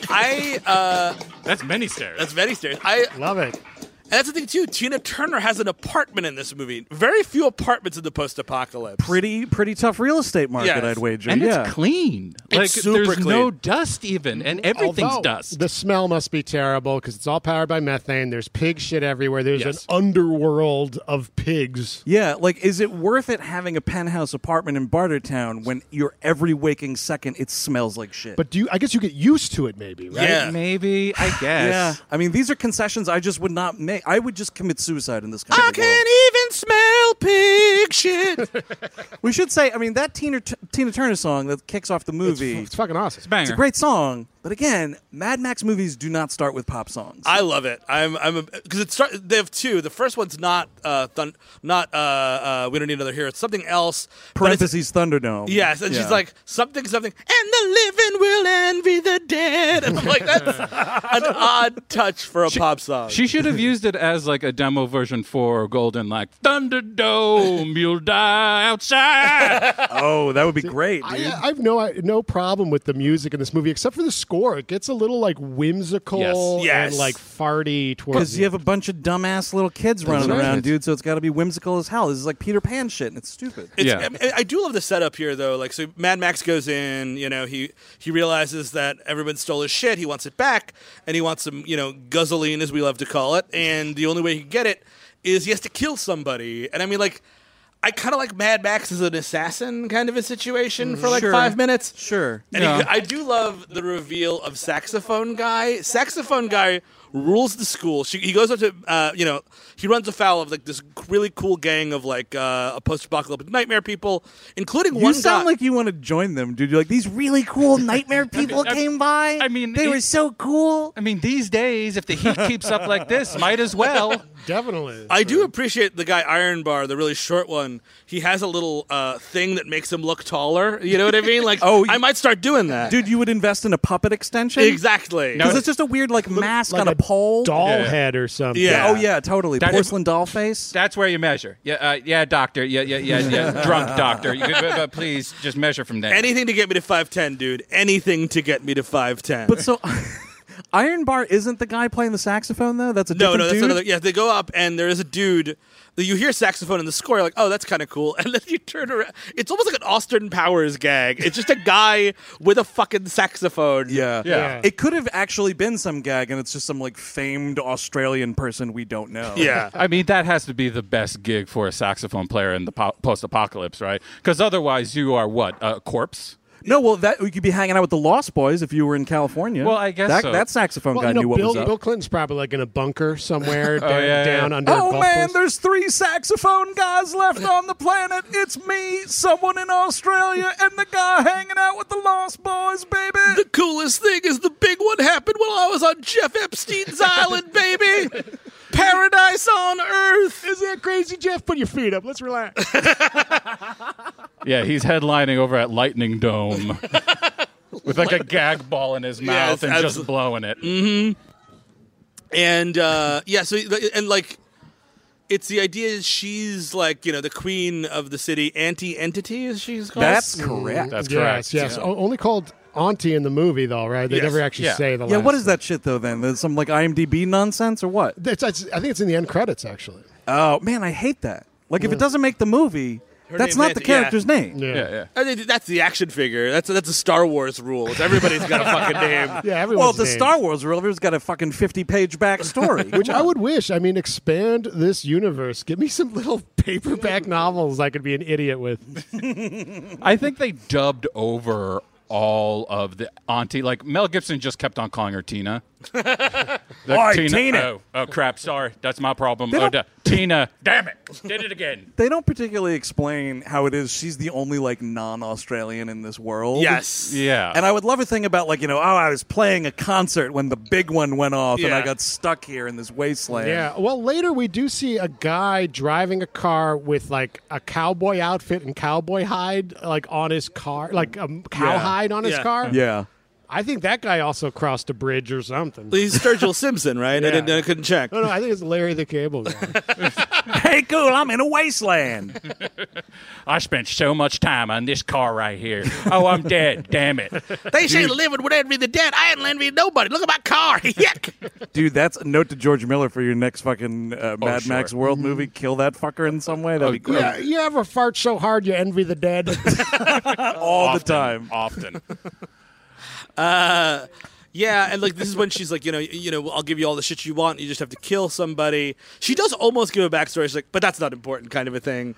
I uh,
That's many stairs.
that's very serious. I
love it.
And that's the thing too. Tina Turner has an apartment in this movie. Very few apartments in the post-apocalypse.
Pretty, pretty tough real estate market.
Yes.
I'd wager.
and
yeah.
it's clean. Like
super
there's
clean.
no dust even, and everything's
Although,
dust.
The smell must be terrible because it's all powered by methane. There's pig shit everywhere. There's
Yes.
an underworld of pigs.
Yeah, like, is it worth it having a penthouse apartment in Bartertown when your every waking second it smells like shit?
But do you, I guess you get used to it, maybe, right?
Yeah.
Maybe I
yeah,
guess.
I mean, these are concessions I just would not make. I would just commit suicide in this country.
I can even smell pig shit.
<laughs> We should say, I mean, that Tina, Tina Turner song that kicks off the
It's,
movie.
it's fucking awesome.
Banger.
It's a great song, but again, Mad Max movies do not start with pop songs.
I love it. I'm I'm because it start, they have two. The first one's not uh thun, not uh, uh we don't need another hero. It's something else. but it's-
Parentheses Thunderdome.
Yes, and
Yeah.
she's like something, something, and the living will envy the dead. And I'm like,
<laughs>
that's an odd touch for a pop song.
She should have used it as like a demo version for Golden, like Thunderdome. You'll die outside.
oh, that would be great, dude.
I, I have no I, no problem with the music in this movie except for the score. It gets a little like whimsical
Yes.
Yes.
and like farty towards
Because you
the
have a bunch of dumbass little kids running
right.
around, dude. So it's got to be whimsical as hell. This is like Peter Pan shit, and it's stupid.
It's,
Yeah.
I- I, I do love the setup here, though. Like, so Mad Max goes in. You know, he he realizes that everyone stole his shit. He wants it back, and he wants some, you know, guzzling, as we love to call it. And the only way he can get it is he has to kill somebody. And I mean, like, I kind of like Mad Max as an assassin kind of a situation for like
Sure.
five minutes.
Sure.
And he- I do love the reveal of saxophone guy. Saxophone guy rules the school. She, he goes up to, uh, you know, he runs afoul of like this really cool gang of like uh, a post-apocalyptic nightmare people, including
You
one
sound
guy.
like you want to join them, dude. You're like these really cool nightmare people
I-
came by.
I mean,
they
it-
were so cool.
I mean, these days, if the heat keeps up like this, might as well.
definitely.
I do appreciate the guy Iron Bar, the really short one. He has a little uh, thing that makes him look taller. You know what I mean? Like,
<laughs> Oh,
I
you-
might start doing that.
Dude, you would invest in a puppet extension?
exactly.
Because it's just a weird like mask on a, pole.
doll
Yeah.
head or something.
Yeah.
Oh yeah, totally.
That-
Porcelain doll face.
That's where you measure. Yeah, uh, yeah, doctor. Yeah, yeah, yeah, yeah. Drunk doctor. You could, but, but please just measure from there.
Anything to get me to five ten, dude. Anything to get me to five ten.
But so <laughs> Iron Bar isn't the guy playing the saxophone though? That's a
No,
different
no, that's
dude?
another. Yeah, they go up and there is a dude. that You hear saxophone in the score, you're like, oh, that's kind of cool. <laughs> And then you turn around. It's almost like an Austin Powers gag. It's just a guy with a fucking saxophone.
Yeah.
Yeah.
It could have actually been some gag and it's just some like famed Australian person we don't know.
Yeah.
I mean, that has to be the best gig for a saxophone player in the po- post-apocalypse, right? Because otherwise, you are what a corpse.
No, well that you could be hanging out with the Lost Boys if you were in California.
Well, I guess
that,
so.
that saxophone
Well,
guy
you know,
knew what
Bill,
was up.
Bill Clinton's probably like in a bunker somewhere down,
yeah, yeah.
down under. a
Oh
golf
man,
course.
there's three saxophone guys left on the planet. It's me, someone in Australia, and the guy hanging out with the Lost Boys, baby.
The coolest thing is the big one happened while I was on Jeff Epstein's island, baby. Paradise
<laughs>
on earth.
Isn't that crazy, Jeff? Put your feet up. Let's relax.
Yeah, he's headlining over at Lightning
<laughs>
Dome with like a gag ball in his
Yes,
mouth and
abso-
just blowing it.
and uh, yeah, so and like, it's the idea is she's like you know the queen of the city, anti-entity is she's called.
That's correct.
That's
yes,
correct.
Mm. yes.
Yeah.
O- only called Auntie in the movie, though, right? They
Yes.
never actually
Yeah.
say the
Yeah,
last
what is that shit though? Then There's some like IMDb nonsense or what?
That's, that's- I think it's in the end credits, actually.
Oh man, I hate that. Like if it doesn't make the movie, that's
name
not
is-
the
yeah.
character's name.
Yeah.
Yeah, yeah.
I think that's the action figure. That's that's a Star Wars rule. It's Everybody's got a fucking name.
<laughs> Yeah, everyone's
Well, the
named.
Star Wars world has got a fucking fifty-page
<laughs>
backstory.
Which I would wish. I mean, expand this universe. Give me some little <laughs> paperback novels I could be an idiot with.
I think they dubbed over all of the auntie. Like Mel Gibson just kept on calling her <laughs> Tina. The
Oi, Tina.
Oh, oh, crap! Sorry, that's my problem.
They
Oh, da-
don't-
Tina, damn it! Did it again.
they don't particularly explain how it is she's the only like non-Australian in this world.
Yes.
Yeah,
And I would love a thing about like you know oh I was playing a concert when the big one went off and
Yeah.
I got stuck here in this wasteland.
Yeah. Well, later we do see a guy driving a car with like a cowboy outfit and cowboy hide, like on his car, like a cow
Yeah.
hide on his
Yeah.
car.
Yeah.
I think that guy also crossed a bridge or something.
He's Sturgill
<laughs>
Simpson, right? I, didn't, I couldn't check.
No, no, I think it's Larry the
<laughs>
Cable Guy.
Hey, cool! I'm in a wasteland.
I spent so much time on this car right here. Oh, I'm dead. damn it!
They say living would envy the dead. I ain't envy nobody. Look at my car. <laughs> Yuck.
Dude, that's a note to George Miller for your next fucking uh, Mad
sure.
Max World movie. Kill that fucker in some way. That'd be great.
Oh, yeah, you ever fart so hard you envy the dead?
<laughs>
All the time.
often.
Yeah, and like this is when she's like, you know, you know, I'll give you all the shit you want. You just have to kill somebody. She does almost give a backstory. She's like, but that's not important, kind of a thing.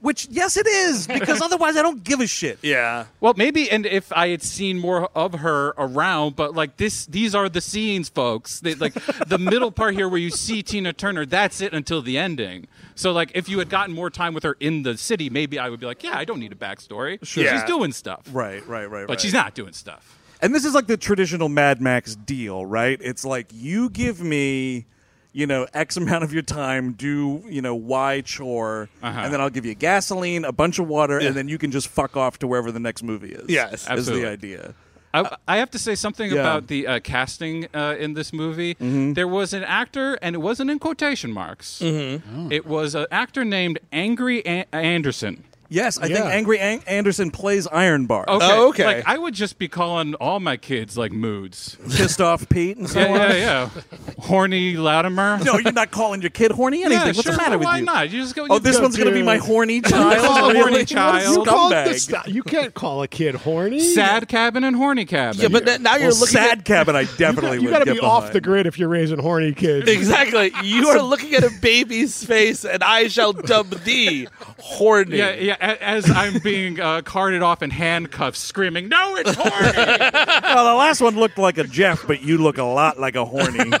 Which, yes, it is, because otherwise I don't give a shit.
Yeah,
Well, maybe, and if I had seen more of her around, but like this, these are the scenes, folks. They, like the middle part here where you see Tina Turner, that's it until the ending. So, like, if you had gotten more time with her in the city, maybe I would be like, yeah, I don't need a backstory. Sure.
Yeah.
She's doing stuff.
Right, right, right,
But
right.
she's not doing stuff.
And this is like the traditional Mad Max deal, right? It's like you give me, you know, X amount of your time, do you know Y chore, and then I'll give you gasoline, a bunch of water, and then you can just fuck off to wherever the next movie is.
Yes,
is
absolutely.
the idea.
I, I have to say something
Uh, Yeah. Mm-hmm.
about the uh, casting uh, in this movie. There was an actor, and it wasn't in quotation marks.
Mm-hmm.
It was an actor named Angry An- Anderson.
Yes, I
Yeah.
think Angry An- Anderson plays Iron Bar,
Okay.
Oh, okay.
Like I would just be calling all my kids like
<laughs>
moods.
pissed off Pete, and so
Yeah,
on.
yeah, yeah. <laughs> Horny Latimer.
No, you're not calling your kid horny anything.
yeah,
What's
sure,
the matter with
why
you?
not? You just go.
Oh, this
you,
one's gonna be my <laughs> horny child.
call
Really?
a horny
What a
child?
you, called
scumbag.
the sta- you can't call a kid
<laughs>
horny.
sad cabin and horny cabin.
yeah, but then now you're
Well,
looking
sad
at <laughs>
<laughs> cabin. I definitely
You
would
got to
get
be off the
behind.
grid if you're raising horny kids.
exactly. You are looking at a baby's face, and I shall dub thee horny.
Yeah, yeah. a- As I'm being uh, carted off in handcuffs, screaming, "No, it's
<laughs>
horny!"
Well, the last one looked like a Jeff, but you look a lot like a horny. <laughs>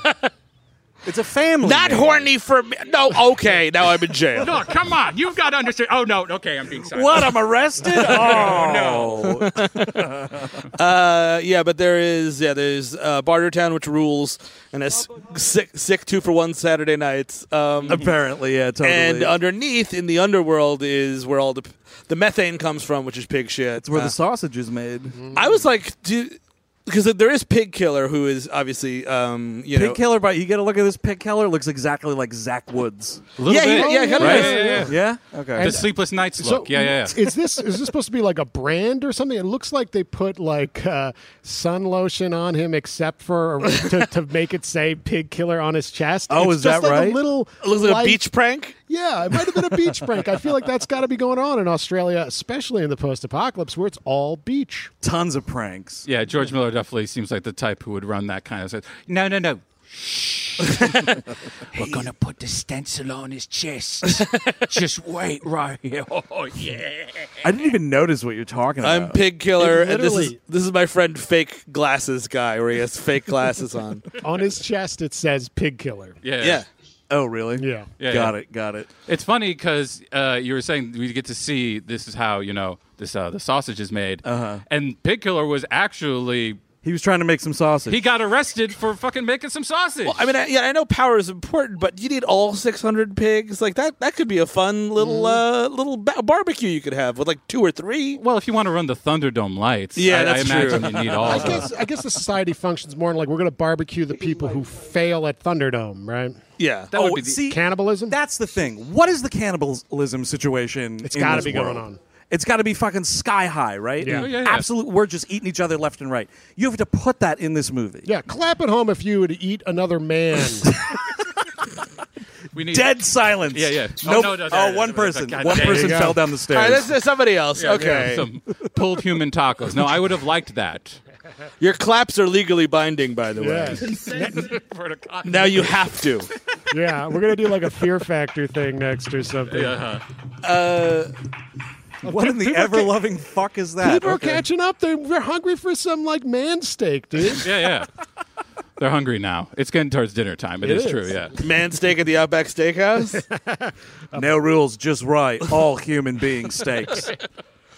it's a family.
Not
name.
horny for me. No, okay. Now I'm in jail.
Look, come on, you've got to understand. Oh no, okay, I'm being silent.
What? I'm arrested? Oh <laughs> no!
Uh, yeah, but there is yeah, there's uh, Bartertown which rules, and a s- sick sick two for one Saturday nights. Um,
Apparently, yeah, totally.
and underneath in the underworld is where all the the methane comes from, which is pig shit.
it's where
Uh,
the sausage is made.
I was like, because there is Pig Killer, who is obviously um, you know.
Pig Keller, but you get a look at this. Pig Keller looks exactly like Zach Woods.
yeah, yeah, yeah, kind of
Right?
is.
Yeah, yeah, yeah.
Yeah. <laughs> Okay.
The sleepless nights
So,
look. yeah, yeah, yeah.
Is this is this supposed to be like a brand or something? It looks like they put like uh, sun lotion on him, except for to, to make it say "pig killer" on his chest.
Oh,
It's
is
just
that
like
right?
A little
It looks like
light-
a beach prank.
Yeah, it might have been a beach prank. I feel like that's got to be going on in Australia, especially in the post-apocalypse where it's all beach.
Tons of pranks.
Yeah, George Miller definitely seems like the type who would run that kind of stuff. No, no, no. Shh. <laughs> We're going to put the stencil on his <laughs> chest. Just wait right here. <laughs> Oh, yeah.
I didn't even notice what you're talking about.
I'm Pig Killer,
It
and this is
literally-
this is my friend Fake Glasses guy, where he has fake glasses on.
On his chest, it says "pig killer."
Yeah.
yeah.
Oh, really?
Yeah.
Yeah,
got
yeah.
it. Got it.
It's funny because uh, you were saying we get to see this is how, you know, this uh, the sausage is made. Uh-huh. And Pig Killer was actually
He was trying to make some sausage.
He got arrested for fucking making some sausage.
I mean, I, yeah, I know power is important, but you need all 600 pigs. Like that, that could be a fun little uh, little ba- barbecue you could have with like two or three.
well, if you want to run the Thunderdome lights,
Yeah,
I,
that's
I
true.
imagine you need all
I
of them.
guess I guess the society functions more like we're going to barbecue the people who fail at Thunderdome, right?
Yeah,
That would
Oh,
be the-
see,
Cannibalism.
that's the thing. What is the cannibalism situation?
It's
in
gotta
this
be going
world?
on.
It's got to be fucking sky high, right?
Yeah. Oh,
yeah, yeah.
Absolute. We're just eating each other left and right. You have to put that in this movie.
yeah, clap at home if you would eat another man.
We need
Dead silence.
Yeah, yeah.
Nope. Oh,
no, no, sorry,
one
sorry.
person.
God
one
damn.
person
There you
fell
go.
down the stairs.
All right, that's, that's somebody else. okay,
Some pulled human tacos. No, I would have liked that.
your claps are legally binding, by the way.
yeah.
Now you have
<laughs>
to.
yeah, we're gonna do like a Fear Factor thing next or something.
what in the ever loving fuck is that?
People are
Okay.
catching up. They're they're hungry for some like man steak, dude.
<laughs> Yeah, yeah. They're hungry now. It's getting towards dinner time.
It
it is,
is.
true, yeah.
Man steak at the Outback Steakhouse.
<laughs>
No rules, just right. All human being steaks.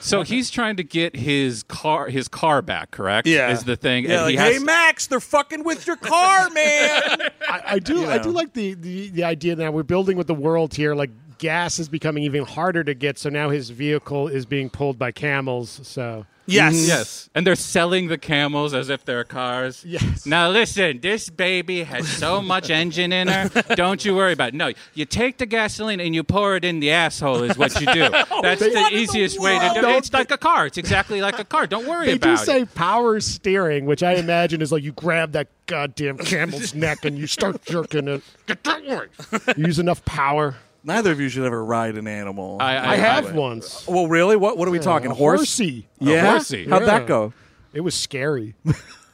So he's trying to get his car his car back, correct?
Yeah.
Is the thing.
Yeah,
and
like,
he has
hey Max, they're fucking with your car, man.
I, I do I do
know.
like the, the the idea that we're building with the world here. Like gas is becoming even harder to get, so now his vehicle is being pulled by camels. So
yes,
Mm-hmm. Yes. And they're selling the camels as if they're cars.
Yes.
Now listen, this baby has so much engine in her. Don't you worry about it. No, you take the gasoline and you pour it in the asshole is what you do. That's the easiest way to do it. It's like a car. It's exactly like a car. Don't worry
they do
about
say
it.
power steering, which I imagine is like you grab that goddamn camel's neck and you start jerking
<laughs>
it. Don't worry. You use enough power.
Neither of you should ever ride an animal.
I- I-
I have
would.
once.
well, really? What? What are we talking?
A
Horse?
Horsey.
Yeah.
horsey.
How'd
Yeah.
that go?
It was scary.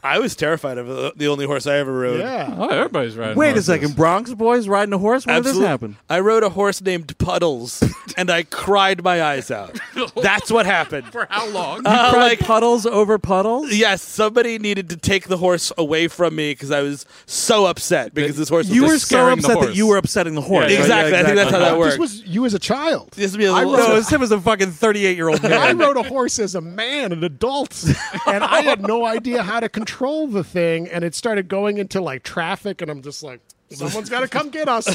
I was terrified of the, the only horse I ever rode.
Yeah.
Oh, <laughs> everybody's riding.
Wait
horses.
a second, Bronx boys riding a horse. When did
Absolutely.
this happen?
I rode a horse named
<laughs>
Puddles, and I cried my eyes out. That's what happened.
For how long? <laughs>
Uh,
Cried
like,
puddles over puddles.
yes, somebody needed to take the horse away from me because I was so upset because this horse. Was
You were
just-
so
scaring the
upset that
horse.
you were upsetting the horse.
Yeah, yeah,
exactly. I think that's how that works.
This was you as a child.
This would be a
I
little-
rode
No, it was him as a fucking <laughs> thirty-eight-year-old
I
man.
rode a horse as a man, an adult, and I had no idea how to control the thing. And it started going into like traffic, and I'm just like, someone's got to come
<laughs>
get us.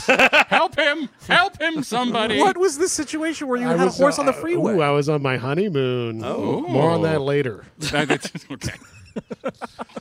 Help him! Help him! Somebody!
What was this situation where you
I
had a
was,
horse
uh,
on the freeway?
Ooh, I was on my honeymoon. Oh. More on that later.
<laughs>
okay.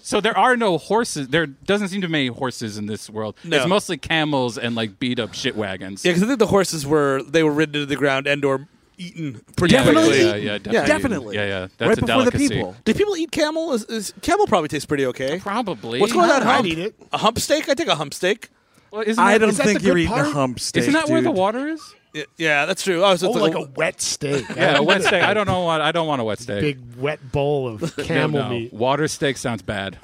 So there are no horses. There doesn't seem to be many horses in this world.
No.
It's mostly camels and like beat up shit wagons.
Yeah, because I think the horses were they were ridden into the ground and or eaten. Pretty
Yeah,
quickly.
Yeah, yeah, definitely.
definitely.
Yeah, yeah. That's
right
a
before
delicacy.
the people.
Do people eat camel? Is, is camel probably tastes pretty okay?
Probably.
What's going on?
I'd
Hump?
eat <laughs> it.
A hump steak? I take a hump steak.
Well, isn't
I
that-
don't
is that the
think you're
good
eating
part?
a hump steak.
Isn't that where the
dude.
water is?
Y- Yeah, that's true. Oh, so
Oh,
it's
like a wet steak.
Yeah, a wet steak. I don't know what. I don't want a wet steak.
Big wet bowl
<laughs>
of
No,
camel
no.
meat.
Water steak sounds bad.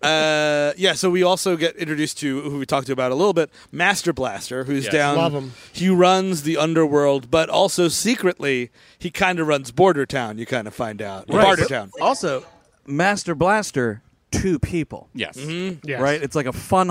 Uh, yeah, so we also get introduced to who we talked about a little bit, Master Blaster, who's
Yes.
down.
Love him.
He runs the underworld, but also secretly he kind of runs Border Town. You kind of find out
Right.
Border Town.
Also, Master Blaster, two people.
Yes.
Mm-hmm.
Yes.
Right? It's like a fun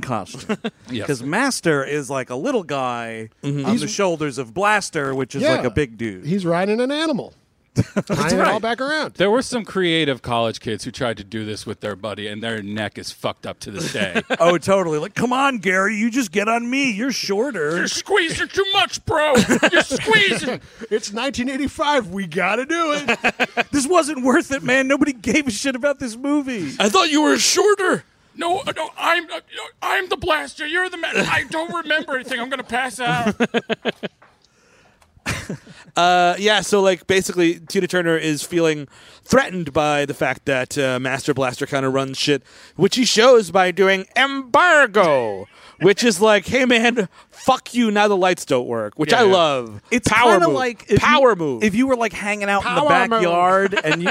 <laughs>
costume.
Yes.
Because Master is like a little guy
Mm-hmm.
on the shoulders of Blaster, which is
Yeah.
like a big dude.
He's riding
<laughs>
an animal. Tying it all
right.
back around.
There were some creative college kids who tried to do this with their buddy, and their neck is fucked up to this
<laughs>
day.
oh, totally. Like, come on, Gary, you just get on me. You're shorter.
squeezing too much, bro. You're squeezing.
It's 1985. We got to do it.
this wasn't worth it, man. Nobody gave a shit about this movie.
I thought you were shorter.
No, no, I'm I'm the blaster. You're the man. I don't remember anything. I'm gonna pass out.
<laughs> Uh, yeah, so like basically, Tina Turner is feeling threatened by the fact that uh, Master Blaster kind of runs shit, which he shows by doing embargo, which is like, hey man, fuck you. Now the lights don't work, which
Yeah,
I
yeah.
love.
It's
power
kinda
move.
like if
power
you,
move.
If you were like hanging out in the
Power move.
backyard and you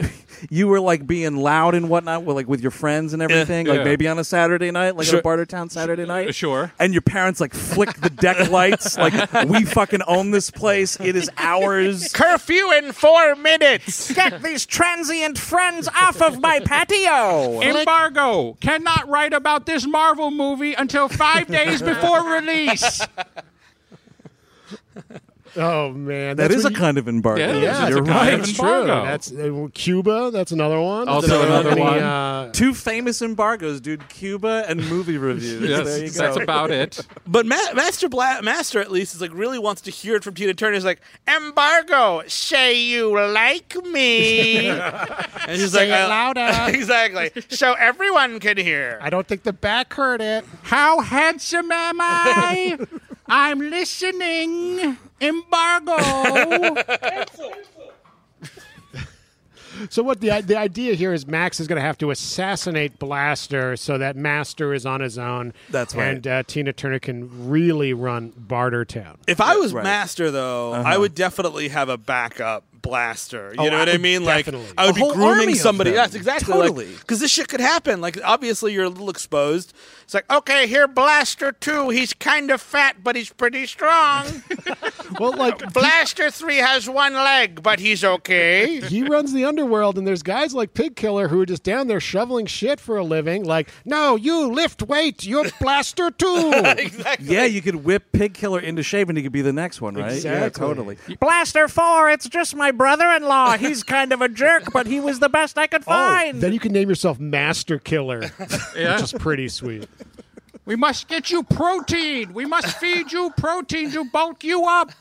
you were like being loud and whatnot, with, like with your friends and everything, like
Yeah.
maybe on a Saturday night, like at
Sure.
a Bartertown Saturday night,
Sure.
And your parents like flick the deck lights, like we fucking own this place. It is ours.
curfew in four minutes.
Get these transient friends off of my patio.
Embargo. Cannot write about this Marvel
<laughs>
movie until five days before release.
Oh man,
That
that's
is a
what you-
kind of embargo.
Yeah, yeah, it's
you're
a kind
right.
of
That's true.
embargo.
That's uh, well, Cuba. That's another one.
Also
So
another
any,
one.
uh,
Two famous embargoes, dude. Cuba and movie reviews. there you
Yes,
go.
that's about it.
But Ma- Master Bla- Master at least is like really wants to hear it from Tina Turner. He's like embargo, say you like
<laughs>
me, and she's
Say
like
it
"Uh,
louder."
<laughs> exactly, so everyone can hear.
I don't think the back hurt it.
How handsome am I? I'm listening. Embargo.
<laughs> So what the the idea here is Max is going to have to assassinate Blaster so that Master is on his own.
That's right.
And uh, Tina Turner can really run Barter Town.
If I was
right. Uh-huh.
Master though, I would definitely have a backup blaster. You
Oh,
know
I
what I
would
mean? Like
definitely.
I would
A
be
whole army
grooming
of
somebody.
them.
Yes, exactly.
Totally.
Because this shit could happen. Like obviously you're a little exposed. It's like okay, here Blaster two. He's kind of fat, but he's pretty
<laughs>
strong.
Well, like
Blaster three has one leg, but he's okay.
he runs the underworld, and there's guys like Pig Killer who are just down there shoveling shit for a living. Like, no, you lift weights. You're
<laughs>
Blaster too.
Yeah, you could whip Pig Killer into shape and he could be the next one, right? Yeah,
Exactly.
totally.
Blaster 4, it's just my brother in law. He's kind of a jerk, but he was the best I could find.
Then you can name yourself Master Killer, which is pretty sweet.
we must get you protein. We must feed you protein to bulk you up.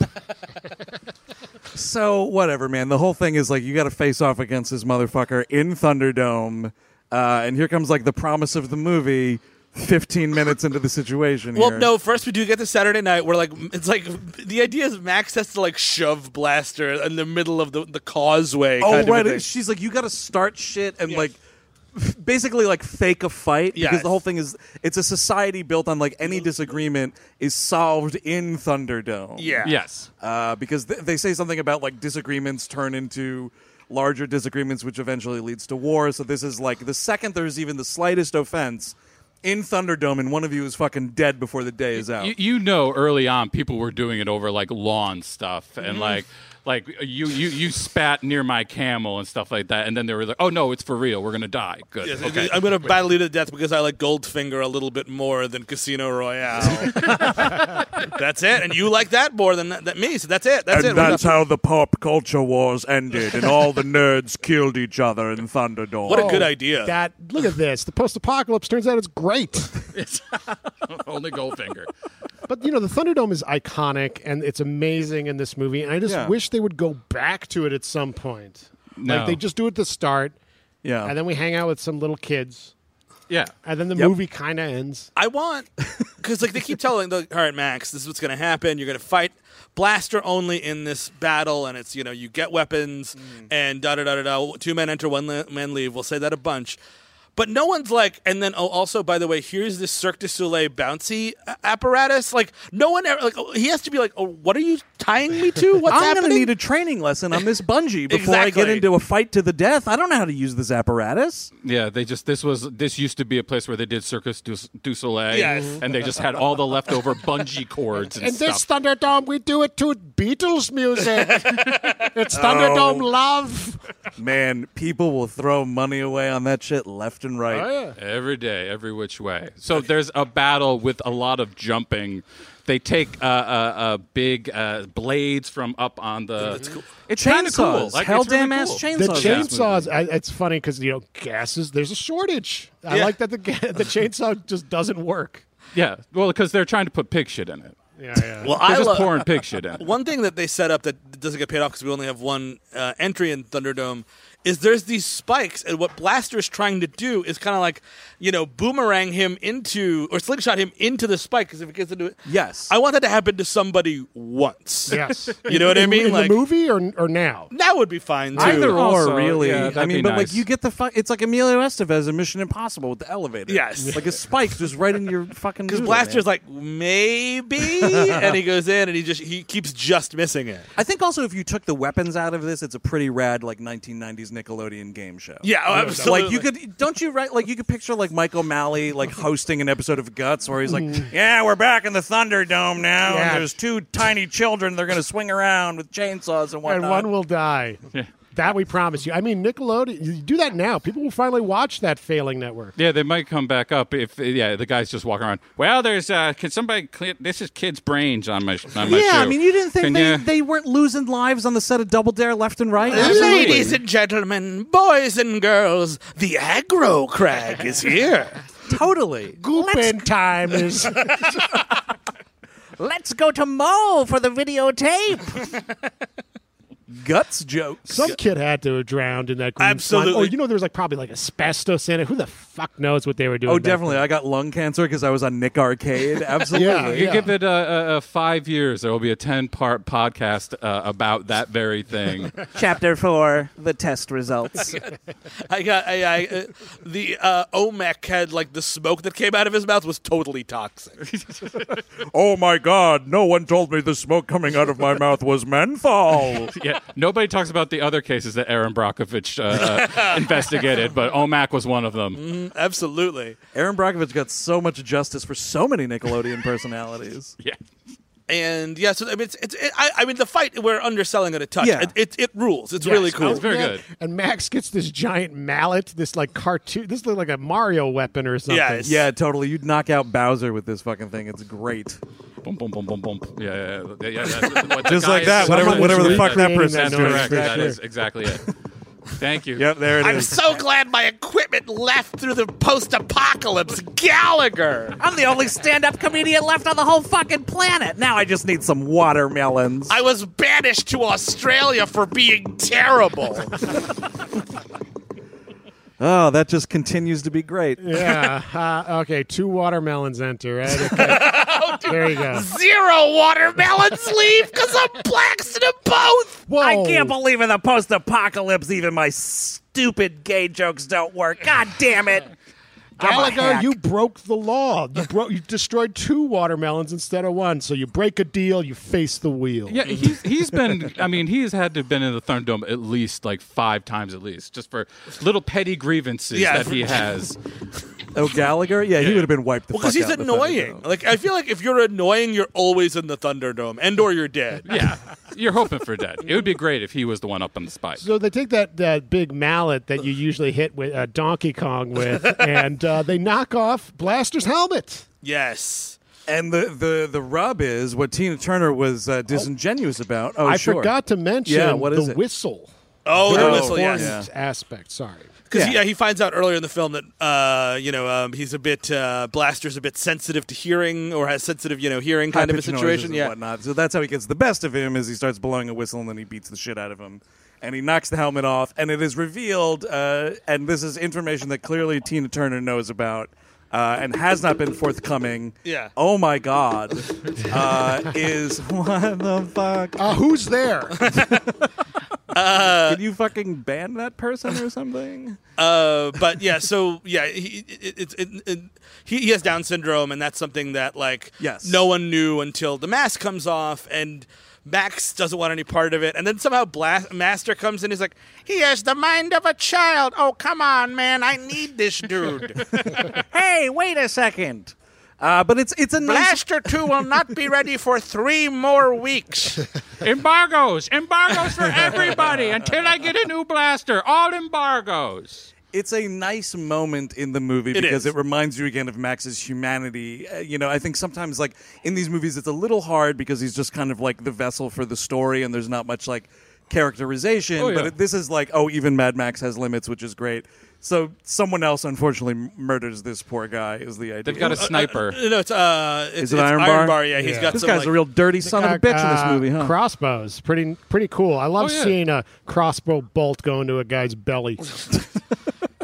So whatever, man. The whole thing is like you got to face off against this motherfucker in Thunderdome, uh, and here comes like the promise of the movie. Fifteen minutes into the situation.
Well,
here.
no. First, we do get to Saturday night, where like it's like the idea is Max has to like shove Blaster in the middle of the, the causeway.
Oh,
kind
right.
Of a thing.
She's like, you got to start shit and like. f- Basically, like fake a fight because
Yes.
the whole thing is it's a society built on like any disagreement is solved in Thunderdome.
Yeah.
Yes.
uh, because th- they say something about like disagreements turn into larger disagreements, which eventually leads to war. So this is like the second there's even the slightest offense in Thunderdome, and one of you is fucking dead before the day is out.
You, you know, early on, people were doing it over like lawn stuff and like. Like you, you, you spat near my camel and stuff like that, and then they were like, "Oh no, it's for real. We're gonna die." Good.
Yes, <laughs>
okay.
I'm gonna battle you to the death because I like Goldfinger a little bit more than Casino Royale. that's it, and you like that more than that, than me. So that's it. That's it. We're done.
how the pop culture wars ended, and all the nerds killed each other in Thunderdome.
What a good idea.
That look at this. The post-apocalypse turns out it's great.
Only Goldfinger.
But you know, the Thunderdome is iconic and it's amazing in this movie, and I just
Yeah.
wish they would go back to it at some point.
No.
Like they just do it at the start,
Oh. Yeah.
and then we hang out with some little kids,
Yeah.
and then the
Yep.
movie kind of ends.
I want because like they keep telling the all right Max, this is what's gonna happen. You're gonna fight Blaster only in this battle, and it's you know you get weapons
Mm.
and da da da da da. Two men enter, one le- man leave. We'll say that a bunch. But no one's like, and then oh, also by the way, here's this Cirque du Soleil bouncy a- apparatus. Like no one ever like oh, he has to be like, oh, what are you tying me
<laughs>
to? What's
I'm
happening?
gonna need a training lesson on this bungee before I
Exactly.
get into a fight to the death. I don't know how to use this apparatus.
Yeah, they just this was this used to be a place where they did Circus du, du Soleil,
Yes.
and they just had all the leftover bungee cords and,
In
stuff.
this Thunderdome, we do it to Beatles music. it's Thunderdome love.
Man, people will throw money away on that shit left and
Oh,
right.
Every day, every which way. So there's a battle with a lot of jumping. They take uh, uh, uh, big uh, blades from up on the. It's kinda
chainsaws.
cool. Like,
Hell
it's really
damn ass
cool.
chainsaws.
The
Yeah.
chainsaws. I, it's funny because you know gases. There's a shortage. I
Yeah.
like that the ga- the chainsaw just doesn't work.
Yeah, well, because they're trying to put pig shit in it.
Yeah, yeah.
well,
They're
I
just
love.
pouring pig
<laughs>
shit in. it.
One thing that they set up that doesn't get paid off because we only have one uh, entry in Thunderdome is there's these spikes, and what Blaster is trying to do is kind of like, you know, boomerang him into or slingshot him into the spike because if it gets into it,
Yes.
I want that to happen to somebody once.
<laughs> yes.
<laughs> you know what I
In-
mean?
In
Like
the movie or or now?
that would be fine too.
Either
Also,
or, really.
yeah, that'd
I mean,
be
but like
nice.
you get the fuck. It's like Emilio Estevez in Mission Impossible with the elevator.
Yes.
<laughs> like a spike just right in your fucking.
because
noodle,
Blaster's
man.
like
<laughs>
maybe, and he goes in and he just he keeps just missing it.
I think also if you took the weapons out of this, it's a pretty rad like 1990s Nickelodeon game show.
Yeah, oh, absolutely.
Like you could, don't you write like you could picture like Mike O'Malley like hosting an episode of Guts where he's like, "Yeah, we're back in the Thunderdome now.
Yeah.
And there's two tiny children. They're gonna swing around with chainsaws and whatnot."
<laughs> and one will die. That we promise you. I mean, Nickelodeon, you do that now. People will finally watch that failing network.
Yeah, they might come back up if yeah the guy's just walking around. Well, there's uh, can somebody clean this is kids' brains on my on my
yeah, I
shoe.
mean, you didn't think
Can
they,
you-
they weren't losing lives on the set of Double Dare left and right?
Ladies and gentlemen, boys and girls, the aggro crag is here.
totally.
Goopin
<laughs>
time is.
Let's go to Mo for the videotape.
Guts jokes.
Some kid had to have drowned in that. Green slime.
Absolutely.
Or you know, there was like probably like asbestos in it. Who the fuck knows what they were doing?
Oh,
back then?
definitely. I got lung cancer because I was on Nick Arcade. Absolutely.
Yeah,
You
yeah.
give it uh, uh, uh, five years, there will be a ten-part podcast uh, about that very
<laughs>
thing.
Chapter four: The test results.
I got I, I, uh, the uh, Omek had like the smoke that came out of his mouth was totally toxic.
<laughs> Oh my God! No one told me the smoke coming out of
<laughs>
my mouth was menthol.
yeah, nobody talks about the other cases that Aaron Brockovich uh,
<laughs>
uh, investigated, but OMAC was one of them.
Mm-hmm.
Absolutely.
Aaron Brockovich got so much justice for so many Nickelodeon <laughs> personalities.
Yeah.
And yeah, so I mean, it's, it's it, I, I mean, the fight we're underselling it a touch.
Yeah.
It, it it rules. It's
Yes.
really cool.
It's very
Yeah.
good.
And Max gets this giant mallet, this like cartoon. This looks like a Mario weapon or something.
Yes.
Yeah, totally. You'd knock out Bowser with this fucking thing. It's great.
Boom, boom, boom, boom, boom. Yeah, yeah, yeah. yeah, yeah, yeah. What the
Just
guy
like
is-
that, whatever-
someone
whatever the
is
fuck that
creating
person's
That's
doing.
correct. That
Exactly.
is exactly it. Thank you.
Yep, there it
I'm
is.
so glad my equipment left through the post-apocalypse Gallagher.
I'm the only stand-up comedian left on the whole fucking planet. Now I just need some watermelons.
I was banished to Australia for being terrible.
oh, that just continues to be great.
Yeah. <laughs> Uh, okay. Two watermelons enter. Right?
<laughs>
Okay. there you go.
Oh, Zero <laughs> watermelons leave because I'm Blackston of both.
Oh.
Whoa.
I can't believe in the post-apocalypse. Even my stupid gay jokes don't work. God damn it! I'm a
Gallagher,
hack.
you broke the law. You broke. You destroyed two watermelons instead of one. So you break a deal. You face the wheel.
Yeah, he's he's been. I mean, he's had to have been in the Thunderdome at least like five times, at least, just for little petty grievances
Yeah.
that he has.
Oh, Gallagher? Yeah, he would have been wiped the
Well,
fuck
because he's
out in the
annoying.
Thunderdome.
Like I feel like if you're annoying, you're always in the Thunderdome, and or you're dead.
<laughs>
<laughs>
Yeah, you're hoping for dead. It would be great if he was the one up on the spike.
So they take that, that big mallet that you usually hit with uh, Donkey
<laughs>
Kong with, and uh, they knock off Blaster's helmet.
Yes.
And the, the, the rub is what Tina Turner was uh, disingenuous about. Oh,
I
sure.
forgot to mention
Yeah, what is
the
it?
whistle.
Oh, the
Oh,
whistle. Yes.
Important aspect. Sorry.
Because
Yeah.
yeah. he finds out earlier in the film that uh, you know um, he's a bit uh, Blaster's a bit sensitive to hearing or has sensitive you know hearing kind of a
High-pitched noises
situation.
and
Yeah,
whatnot. So that's how he gets the best of him. Is he starts blowing a whistle and then he beats the shit out of him, and he knocks the helmet off. And it is revealed, uh, and this is information that clearly Tina Turner knows about. Uh, and has not been forthcoming.
Yeah.
Oh my God. Uh, is <laughs> what the fuck?
Uh,
<laughs>
who's there?
Uh,
Can you fucking ban that person or something?
uh, but yeah, so yeah, he it, it, it, it, he he has Down syndrome, and that's something that like
Yes.
no one knew until the mask comes off, and Max doesn't want any part of it, and then somehow Blast- Master comes in, he's like, he has the mind of a child. Oh come on, man, I need this
<laughs>
dude.
hey, wait a second.
Uh, but it's it's a nice
Blaster two will not be ready for three more weeks.
Embargoes, embargoes for everybody until I get a new blaster. All embargoes.
it's a nice moment in the movie
It is.
because it reminds you again of Max's humanity. Uh, you know, I think sometimes like in these movies it's a little hard because he's just kind of like the vessel for the story and there's not much like characterization,
Oh, yeah.
but it, this is like oh even Mad Max has limits, which is great. So someone else unfortunately m- murders this poor guy is the idea.
They've got a sniper.
No, it's uh, it's,
Is it
it's
Iron Bar?
Yeah, he's
Yeah.
got
this
some,
guy's
like-
a real dirty son of a bitch in this
Uh,
movie, huh?
Crossbows, pretty pretty cool. I love
Oh, yeah.
seeing a crossbow bolt go into a guy's belly.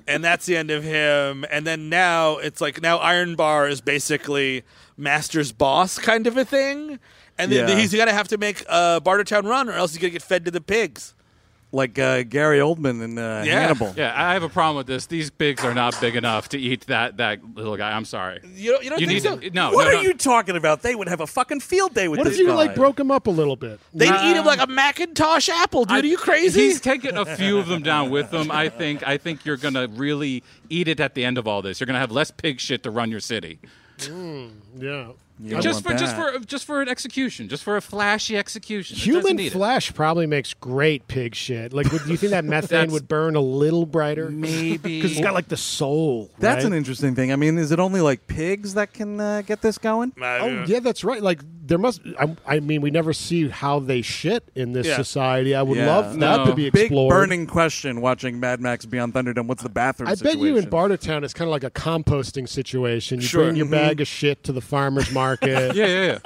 and that's the end of him. And then now it's like now Iron Bar is basically Master's boss, kind of a thing. And then
Yeah.
he's gonna have to make uh, Bartertown run, or else he's gonna get fed to the pigs.
like uh, Gary Oldman in uh,
Yeah.
Hannibal.
Yeah, I have a problem with this. These bigs are not big enough to eat that that little guy. I'm sorry.
You don't, you don't
You
think
need
so?
to, no.
What
no,
are
no.
you talking about? They would have a fucking field day with
What
this
if you
guy.
like broke him up a little bit?
They'd eat him like a Macintosh apple, dude.
I-
are you crazy?
He's taking a few of them down with him. I think. I think you're gonna really eat it at the end of all this. You're gonna have less pig shit to run your city.
Yeah.
Yeah, just for just for just for an execution, just for a flashy execution. It doesn't
Human
need it.
flesh probably makes great pig shit. Like, would, do you
<laughs>
think that methane
That's-
would burn a little brighter?
Maybe.
because it's got <laughs> like the soul.
That's
right?
an interesting thing. I mean, is it only like pigs that can uh, get this going?
Oh yeah, that's right. Like there must. I, I mean, we never see how they shit in this
Yeah.
society. I would
Yeah.
love that to
No.
be
Big
explored.
burning question. Watching Mad Max Beyond Thunderdome. What's the bathroom?
I bet you in
situation?
Bartertown it's kind of like a composting situation. You
Sure.
bring your bag of shit to the farmer's market.
<laughs> Yeah,
<laughs>
yeah, yeah. Here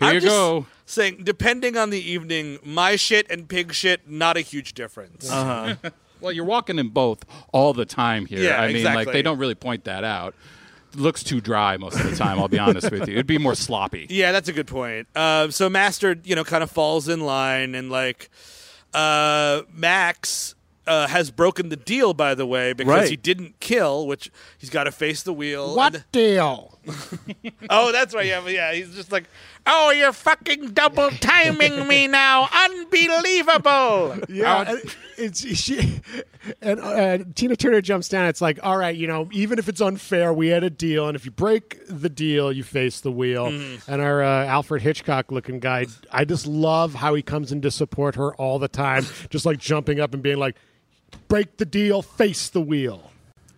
I'm
you
just
go.
Saying depending on the evening, my shit and pig shit, not a huge difference.
Well, you're walking in both all the time here.
Yeah,
I mean, like
exactly.
they don't really point that out. Looks too dry most of the time. I'll be honest with you. It'd be more sloppy.
Yeah, that's a good point. Uh, so Master, you know, kind of falls in line, and like uh, Max uh, has broken the deal, by the way, because
Right.
he didn't kill, which he's got to face the wheel.
What
And-
deal?
<laughs> oh, that's right. Yeah, but yeah. He's just like, oh, you're fucking double timing
<laughs>
me now, unbelievable.
Yeah, and it's she and uh, Tina Turner jumps down. It's like, all right, you know, even if it's unfair, we had a deal, and if you break the deal, you face the wheel. And our uh, Alfred Hitchcock looking guy, I just love how he comes in to support her all the time, just like jumping up and being like, break the deal, face the wheel.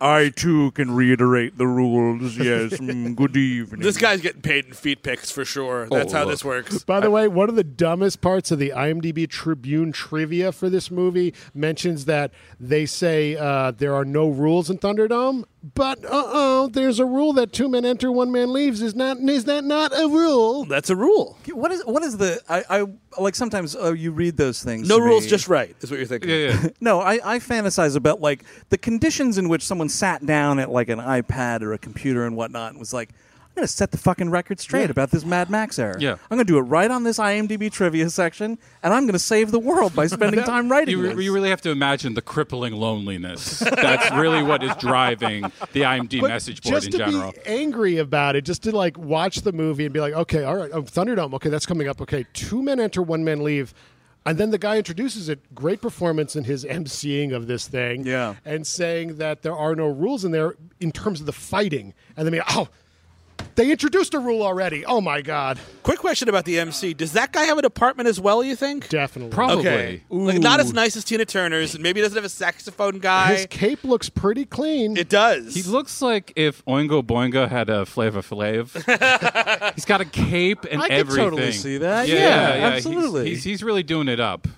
I too can reiterate the
<laughs>
rules. Yes. Mm, good evening.
This guy's getting paid in feet pics for sure. That's
Oh,
how
look.
this works.
By the way, one of the dumbest parts of the IMDb Tribune trivia for this movie mentions that they say uh, there are no rules in Thunderdome, but uh oh, there's a rule that two men enter, one man leaves. Is not is that not a rule?
That's a rule.
What is what is the I, I like sometimes uh, you read those things.
No
to
rules,
me.
just right is what you're thinking.
No, I, I fantasize about like the conditions in which someone sat down at like an iPad or a computer and whatnot and was like, I'm gonna set the fucking record straight about this Mad Max era.
Yeah.
I'm gonna do it right on this IMDb trivia section, and I'm gonna save the world
<laughs>
by spending time writing.
You,
this.
re- you really have to imagine the crippling loneliness. That's really what is driving the IMD
But
message board
just
in
to
general.
be angry about it, just to like watch the movie and be like, okay, all right, oh, Thunderdome, okay, that's coming up. Okay, two men enter, one man leave. And then the guy introduces it. Great performance in his emceeing of this thing.
Yeah.
And saying that there are no rules in there in terms of the fighting. And then be oh, they introduced a rule already. Oh my God.
<laughs> Quick question about the MC. Does that guy have an apartment as well, you think?
Definitely.
Probably.
Okay. Like not as nice as Tina Turner's, and maybe doesn't have a saxophone guy.
His cape looks pretty clean.
it does.
He looks like if Oingo Boingo had a Flavor Flav. he's got a cape and
I could
everything.
totally see that. Yeah,
He's-
absolutely.
He's, he's, really doing it up.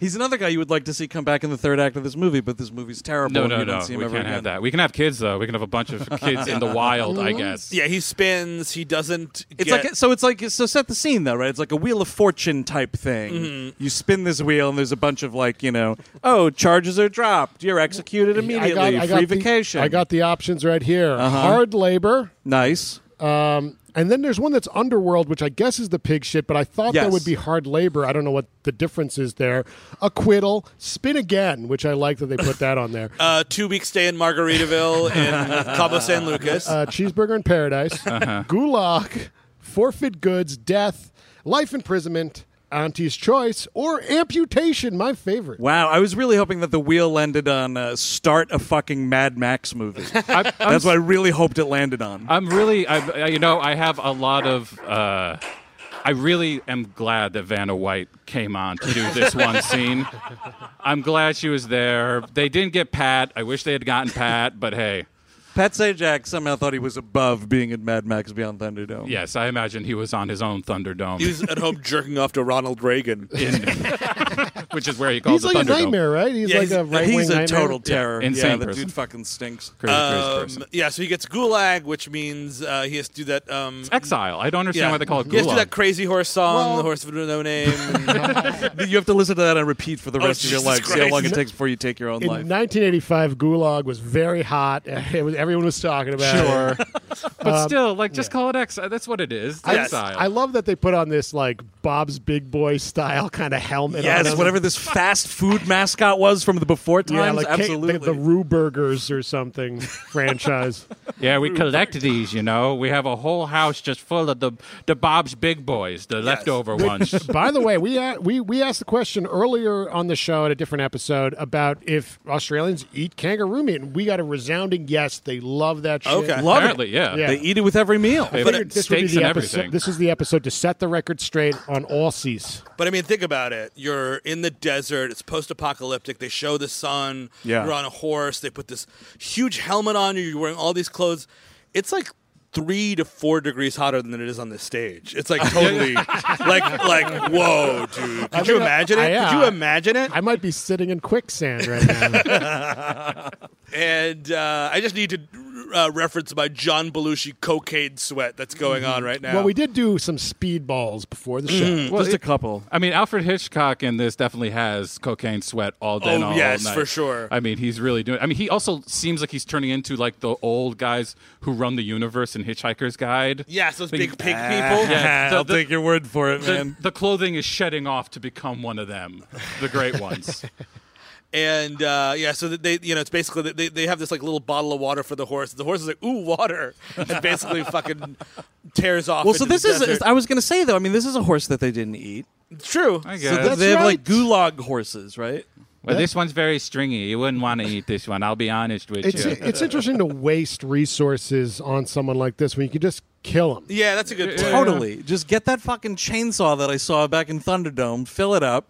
He's another guy you would like to see come back in the third act of this movie, but this movie's terrible.
No,
and
no,
you don't
no.
see
We
him
can't
ever again.
have that. We can have kids though. We can have a bunch of kids in the wild, I guess.
yeah, he spins. He doesn't.
It's
get-
like so. It's like so. Set the scene though, right? It's like a wheel of fortune type thing.
Mm-hmm.
You spin this wheel, and there's a bunch of like you know, oh, charges are dropped. You're executed
I
immediately.
got, I got
Free
the-
vacation.
I got the options right here hard labor.
nice.
Um, and then there's one that's Underworld, which I guess is the pig shit, but I thought that
Yes.
would be hard labor. I don't know what the difference is there. Acquittal, spin again, which I like that they put that on there.
uh, two week stay in
<laughs>
Margaritaville in Cabo San Lucas.
Uh, cheeseburger in paradise, gulag, forfeit goods, death, life imprisonment, auntie's choice, or amputation. My favorite.
Wow, I was really hoping that the wheel landed on uh, start a fucking Mad Max
<laughs>
movie.
I'm, I'm,
That's what I really hoped it landed on.
I'm really, I, I- you know, I have a lot of. Uh, I really am glad that Vanna White came on to do this one scene. I'm glad she was there. They didn't get Pat. I wish they had gotten Pat, but hey,
Pat Sajak somehow thought he was above being in Mad Max Beyond Thunderdome.
yes, I imagine he was on his own
he
Thunderdome,
was at home jerking off to Ronald
<laughs>
Reagan.
which is where he calls
He's
the
like a
Thunderdome.
nightmare, right? He's
Yeah,
like
he's-
a right wing
he's a
nightmare.
total terror.
Yeah, insane
yeah that
person.
dude fucking stinks.
Crazy, crazy person.
Um, yeah, so he gets gulag, which means uh, he has to do that. Um,
Exile. I don't understand
yeah,
why they call it
He has to do
gulag.
that crazy horse song, the horse with no name.
<laughs>
you have to listen to that on repeat for the
Oh,
rest of your
Jesus
life. See how
Christ. <laughs>
long it takes before you take your own
In
life.
1985, Gulag was very hot. <laughs> It was, everyone was talking about it.
Sure, but still, like, just call it exile. That's what it is. Exile.
I love that they put on this like Bob's Big Boy style kind of helmet. on
Yes,
him.
whatever this fast food mascot was from the before times.
Yeah, like Kate-
absolutely.
the, the Rue Burgers
<laughs>
or something franchise.
Yeah, we collect these, you know. We have a whole house just full of the the Bob's Big Boys, the leftover ones.
By the way, we a we we asked the question earlier on the show at a different episode about if Australians eat kangaroo meat, and we got a resounding yes. They They love that shit.
Okay. Love it. Apparently, yeah. They eat it with every meal. They
I figured
put
this would be
steaks
the
and
episode-
everything.
This is the episode to set the record straight on all C's.
But I mean, think about it. You're in the desert. It's post-apocalyptic. They show the sun.
Yeah.
You're on a horse. They put this huge helmet on you. You're wearing all these clothes. It's like three to four degrees hotter than it is on this stage. It's like totally, like, like, whoa, dude.
I
Could you
think I-
imagine
I-
it?
yeah.
Could you imagine it?
I might be sitting in quicksand right
<laughs>
now.
and uh, I just need to uh, reference my John Belushi cocaine sweat that's going on right now.
Well, we did do some speedballs before the show.
Mm, Well, just a it- couple. I mean, Alfred Hitchcock in this definitely has cocaine sweat all day
Oh,
and all
yes,
night.
for sure.
I mean, he's really doing. I mean, he also seems like he's turning into like the old guys who run the universe in Hitchhiker's Guide.
Yes, those
Like-
big pig people.
Yeah,
I'll take your word for it,
the-
man.
The clothing is shedding off to become one of them, the great
<laughs>
ones.
and uh, yeah, so that they, you know, it's basically that they, they have this like little bottle of water for the horse. The horse is like, ooh, water,
<laughs>
and basically fucking tears off.
Well, so
into
this
the
is.
desert.
I was gonna say though. I mean, this is a horse that they didn't eat.
It's true.
I
guess.
So they-
That's
they have
right.
like gulag horses, right?
Well, this one's very stringy. You wouldn't want to eat this one. I'll be honest with
It's
you.
it's interesting to waste resources on someone like this when you could just kill him.
Yeah, that's a good point.
Totally. Just get that fucking chainsaw that I saw back in Thunderdome. Fill it up.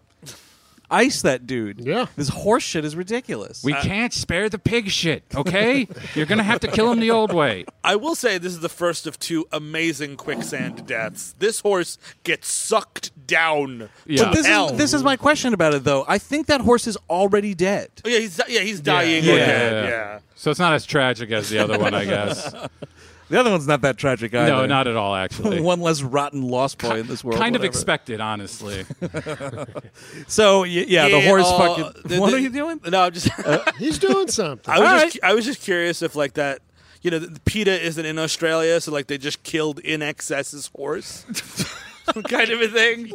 Ice that dude. Yeah. This horse shit is ridiculous.
We can't spare the pig shit, okay? You're gonna have to kill him the old way.
I will say this is the first of two amazing quicksand deaths. This horse gets sucked down.
But
To
this
hell.
is, this is my question about it though. I think that horse is already dead.
Oh, yeah, he's yeah he's dying.
Yeah.
Yeah,
Yeah.
So it's not as tragic as the other one, I guess.
The other one's not that tragic either.
No, not at all,
<laughs>
actually.
One less rotten lost boy in this world.
kind of
whatever.
expected, honestly.
So y- yeah, the horse
uh,
fucking.
the-
<laughs> what
the-
are you doing?
No, I'm just. <laughs>
He's doing something.
I was just I was just curious if like that you know the, the PETA isn't in Australia, so like they just killed in excess's horse. <laughs> kind of a
<laughs>
thing.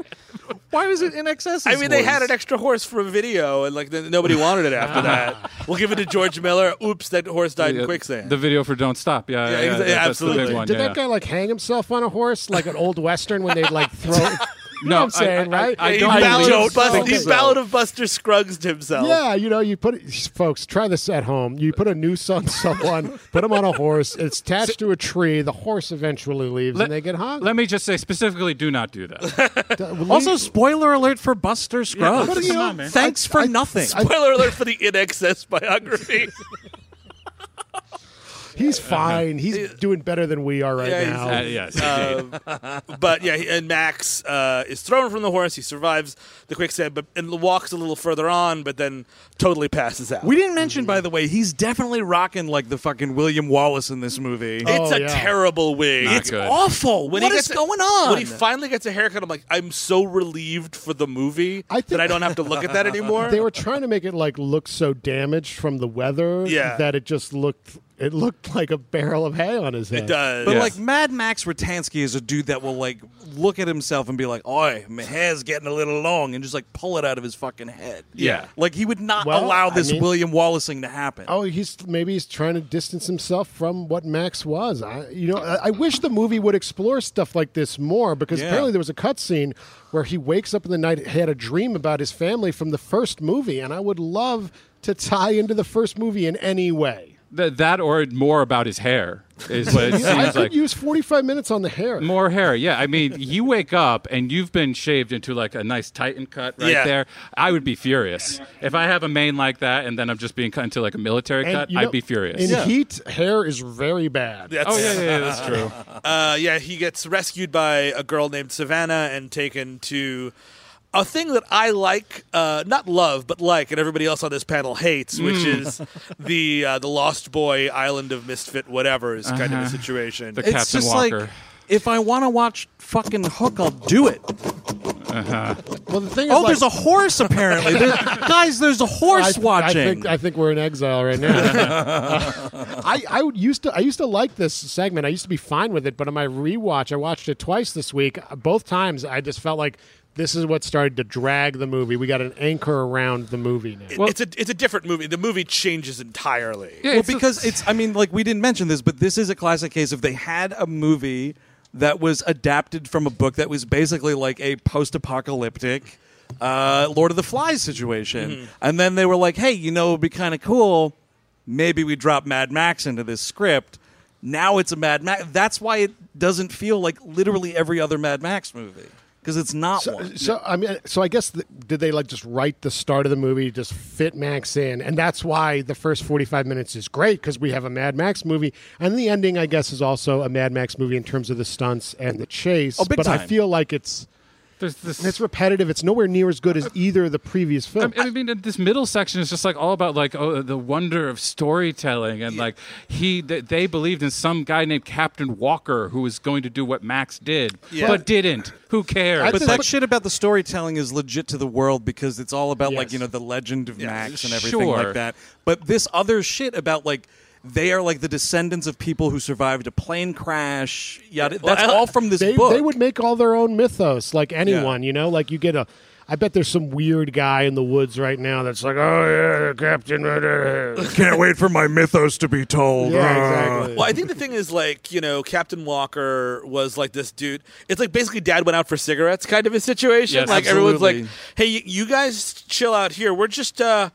Why was it in excess?
I mean, they had an extra horse for a video, and like then nobody wanted it after that. We'll give it to George Miller. Oops, that horse died in
Ah. Yeah,
quicksand.
The video for "Don't Stop,"
Yeah,
yeah, yeah,
exa-
yeah,
yeah,
that's the
absolutely.
big one.
Did
yeah.
that guy like hang himself on a horse like an old western when they'd
<laughs>
like throw? you know what I'm saying, right?
I
he
don't
ballad,
believe
of Bus-
so.
he Ballad of Buster Scruggs himself.
Yeah, you know, you put it, folks, try this at home. You put a noose on <laughs> someone, put them on a horse, it's attached to a tree, the horse eventually leaves,
Let-
and they get hung.
Let me just say specifically, do not do that.
Also, spoiler alert for Buster Scruggs.
But, you know,
Thanks for nothing.
Spoiler alert for the in excess biography. <laughs>
He's fine. He's doing better than we are right
Uh-huh. Yeah, he's-
now.
Uh, yes, indeed.
Um, but yeah, he- and Max uh, is thrown from the horse. He survives the quicksand, but and walks a little further on, but then totally passes out.
we didn't mention, by the way, he's definitely rocking like the fucking William Wallace in this movie.
it's
Oh,
a
yeah.
terrible wig.
Not
It's
good.
awful. What is
gets a-
going on?
When he finally gets a haircut, I'm like, I'm so relieved for the movie
I think-
that I don't have to look at that anymore.
They were trying to make it like look so damaged from the weather
Yeah.
that it just looked it looked like a barrel of hay on his head.
it does.
But like Mad Max Ratansky is a dude that will like look at himself and be like, "Oi, my hair's getting a little long," and just like pull it out of his fucking head.
Yeah.
like he would not
Well,
allow
I
this
mean-
William Wallace thing to happen.
Oh, he's maybe he's trying to distance himself from what Max was. I, you know, I, I wish the movie would explore stuff like this more because
Yeah.
apparently there was a cutscene where he wakes up in the night, had a dream about his family from the first movie, and I would love to tie into the first movie in any way.
Th- that or more about his hair is what
<laughs>
it
I
seems
could
like.
use forty-five minutes on the hair.
More hair, yeah. I mean, you wake up and you've been shaved into like a nice Titan cut right
Yeah.
there. I would be furious if I have a mane like that, and then I'm just being cut into like a military
And,
cut.
you know,
I'd be furious.
In heat, hair is very bad.
That's-
Oh yeah, yeah, yeah, that's true.
Uh, yeah, he gets rescued by a girl named Savannah and taken to a thing that I like, uh, not love, but like, and everybody else on this panel hates, which is the uh, the Lost Boy Island of Misfit whatever is kind of a situation.
The
it's
Captain
just
Walker.
like if I want to watch fucking Hook, I'll do it.
Well, the thing is,
Oh,
like-
there's a horse <laughs> apparently, There- guys. There's a horse
I,
watching.
I think, I think we're in exile
<laughs>
right now. <laughs> I, I would- used to I used to like this segment. I used to be fine with it, but on my rewatch, I watched it twice this week. Both times, I just felt like this is what started to drag the movie. We got an anchor around the movie now.
It- it's a it's a different movie. The movie changes entirely.
well, because it's, I mean, like, we didn't mention this, but this is a classic case of they had a movie that was adapted from a book that was basically like a post apocalyptic uh, Lord of the Flies situation. And then they were like, hey, you know, it would be kind of cool. maybe we drop Mad Max into this script. Now it's a Mad Max. That's why it doesn't feel like literally every other Mad Max movie because it's not
So,
one.
so, I mean, so I guess th did they like just write the start of the movie, just fit Max in, and that's why the first forty-five minutes is great because we have a Mad Max movie, and the ending, I guess, is also a Mad Max movie in terms of the stunts and the chase.
Oh, big
but I
time.
feel like it's
There's this.
it's repetitive. It's nowhere near as good as either of the previous films.
I mean, this middle section is just like all about like oh, the wonder of storytelling and like he th- they believed in some guy named Captain Walker who was going to do what Max did,
Yeah.
but didn't. Who cares?
but that shit about the storytelling is legit to the world because it's all about like you know the legend of Max and everything
sure.
like that. But this other shit about like they are like the descendants of people who survived a plane crash. Yada. That's all from this
they,
book.
They would make all their own mythos, like anyone, you know. Like you get a, I bet there's some weird guy in the woods right now that's like, oh yeah, Captain,
<laughs>
<laughs>
Can't wait for my mythos to be told. Uh,
Yeah,
Well, I think the thing is like you know, Captain Walker was like this dude. It's like basically Dad went out for cigarettes, kind of a situation.
Yes,
like everyone's
absolutely.
like, "Hey, you, you guys chill out here. We're just uh,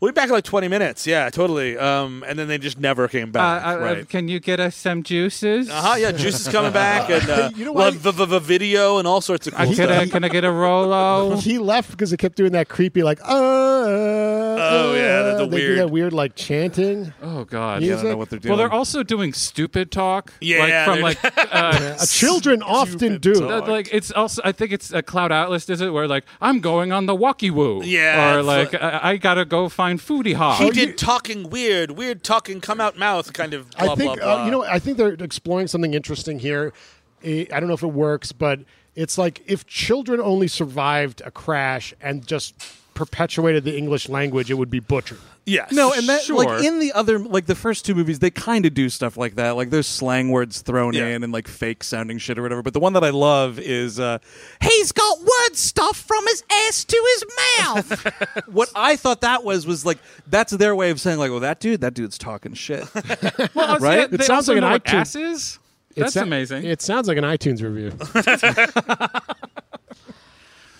we'll be back in like twenty minutes." Yeah, totally. Um, and then they just never came back.
Uh, uh, uh,
right.
Can you get us some juices?
Uh huh. Yeah, Juice is coming
<laughs>
back, and uh,
You know
we'll
what?
have the, the, the video and all sorts of cool
Uh, can, I,
stuff.
can I get a
<laughs>
Rolo?
he left because it kept doing that creepy, like, uh, oh
yeah, that's a
they do
weird-
that weird like chanting.
Oh God,
Music? Yeah, I don't know what they're
Well, they're
doing.
also doing stupid talk.
Yeah,
like, from
they're-
like uh,
Uh, children often do.
Uh, like it's also I think it's a Cloud Atlas, is it? Where like I'm going on the walkie woo.
Yeah,
or
it's
like I, I gotta go find foodie hop.
He did talking weird, weird talking, come out mouth kind of. Blah,
I think
blah, blah.
Uh, you know. I think they're exploring something interesting here. I I don't know if it works, but it's like if children only survived a crash and just perpetuated the English language, it would be butchered.
Yes.
No, and that
sure.
like in the other like the first two movies, they kind of do stuff like that. Like there's slang words thrown
Yeah.
in and like fake sounding shit or whatever. But the one that I love is uh,
He's got word stuff from his ass to his mouth.
<laughs>
what I thought that was was like that's their way of saying like, well, that dude, that dude's talking shit, right?
It sounds like an iTunes. It
That's
sou-
amazing.
It sounds like an iTunes review.
<laughs>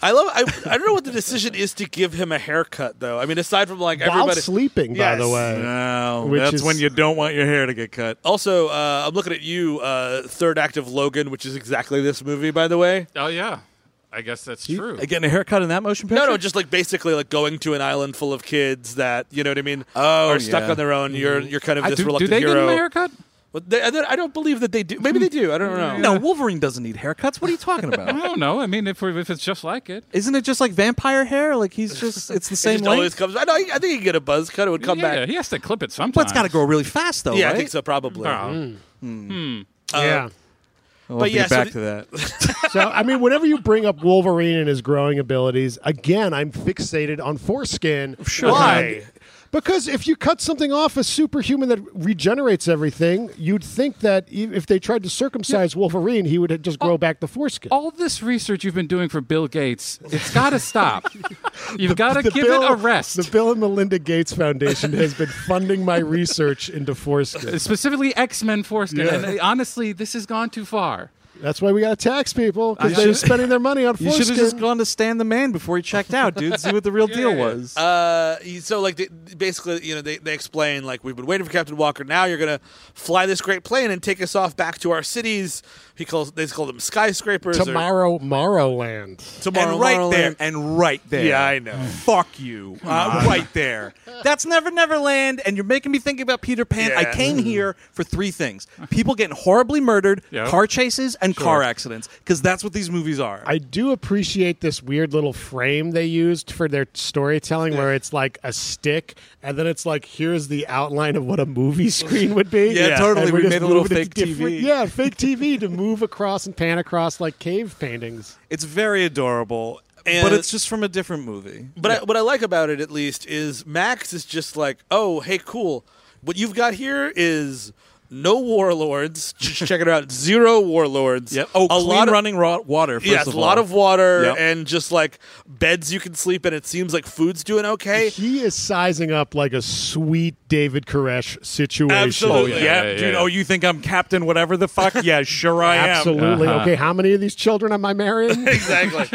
I love. I, I don't know what the decision is to give him a haircut, though. I mean, aside from like
While
everybody
sleeping, by the way.
No,
Which
that's
is-
when you don't want your hair to get cut.
Also, uh, I'm looking at you, uh, third act of Logan, which is exactly this movie, by the way.
Oh yeah, I guess that's true.
Getting a haircut in that motion picture?
No, no, just like basically like going to an island full of kids that you know what I mean
Oh,
are stuck
yeah. Mm-hmm.
on their own. You're you're kind of
I-
this
do- do
reluctant
they get him a
hero.
haircut?
Well, they, I don't- I don't believe that they do. Maybe they do. I don't know.
No, Wolverine doesn't need haircuts. What are you talking
<laughs>
about?
I don't know. I mean, if we- if it's just like it,
Isn't it just like vampire hair? Like he's just it's the
It
same
just
length.
always comes. I know. I think he could get a buzz cut. It would come
yeah,
back.
he has to clip it sometimes.
but it's got to grow really fast though,
yeah,
right?
I think so. Probably.
Oh.
Hmm.
Yeah.
We'll
But
have to
yeah,
get
so the-
back to that.
so I mean, whenever you bring up Wolverine and his growing abilities, again, I'm fixated on foreskin.
Sure.
Why? Because if you cut something off a superhuman that regenerates everything, you'd think that e- if they tried to circumcise Wolverine, he would just
Oh.
grow back the foreskin.
All this research you've been doing for Bill Gates, it's got to stop. You've got to
The
give
Bill-
it a rest.
The Bill and Melinda Gates Foundation has been funding my research into foreskin.
Specifically, X Men foreskin.
Yeah.
And uh, honestly, this has gone too far.
That's why we got to tax people
I
because they're
should-
spending their money on
<laughs> You should have
foreskin.
just gone to stand the man before you checked out, dude. See what the real deal was.
Uh, he- so like they, basically, you know, they, they explain like we've been waiting for Captain Walker. Now you're gonna fly this great plane and take us off back to our cities. He calls they call them skyscrapers. or-
Tomorrow, Morrowland.
tomorrow,
and right
Tomorrowland.
there, and right there.
Yeah, I know.
Fuck you. Uh, right there. That's Never Never Land, and you're making me think about Peter Pan. I
Yeah.
came
Mm-hmm.
here for three things: people getting horribly murdered,
Yep.
car chases, and
Sure.
car accidents, because that's what these movies are.
I do appreciate this weird little frame they used for their storytelling where it's like a stick and then it's like here's the outline of what
<laughs>
a movie screen would be.
Yeah, totally.
And we're
We
just
made a little
moving it
fake
to different-
TV. <laughs>
Yeah, fake TV to move across and pan across like cave paintings.
It's very adorable,
And-
but it's just from a different movie.
But I, what I like about it, at least, is Max is just like, oh, hey, cool. What you've got here is no warlords. <laughs> Just check it out. Zero warlords. Yep.
Oh, clean running raw water. First
yes,
of
a lot
all.
of water
Yep.
and just like beds you can sleep in. It seems like food's doing okay.
He is sizing up like a sweet David Koresh situation.
Absolutely. yeah, <laughs> dude. Oh, you think I'm
<laughs>
Captain whatever the fuck? Yeah, sure I am. Uh-huh. <laughs>
Absolutely. Okay, how many of these children am I marrying?
exactly.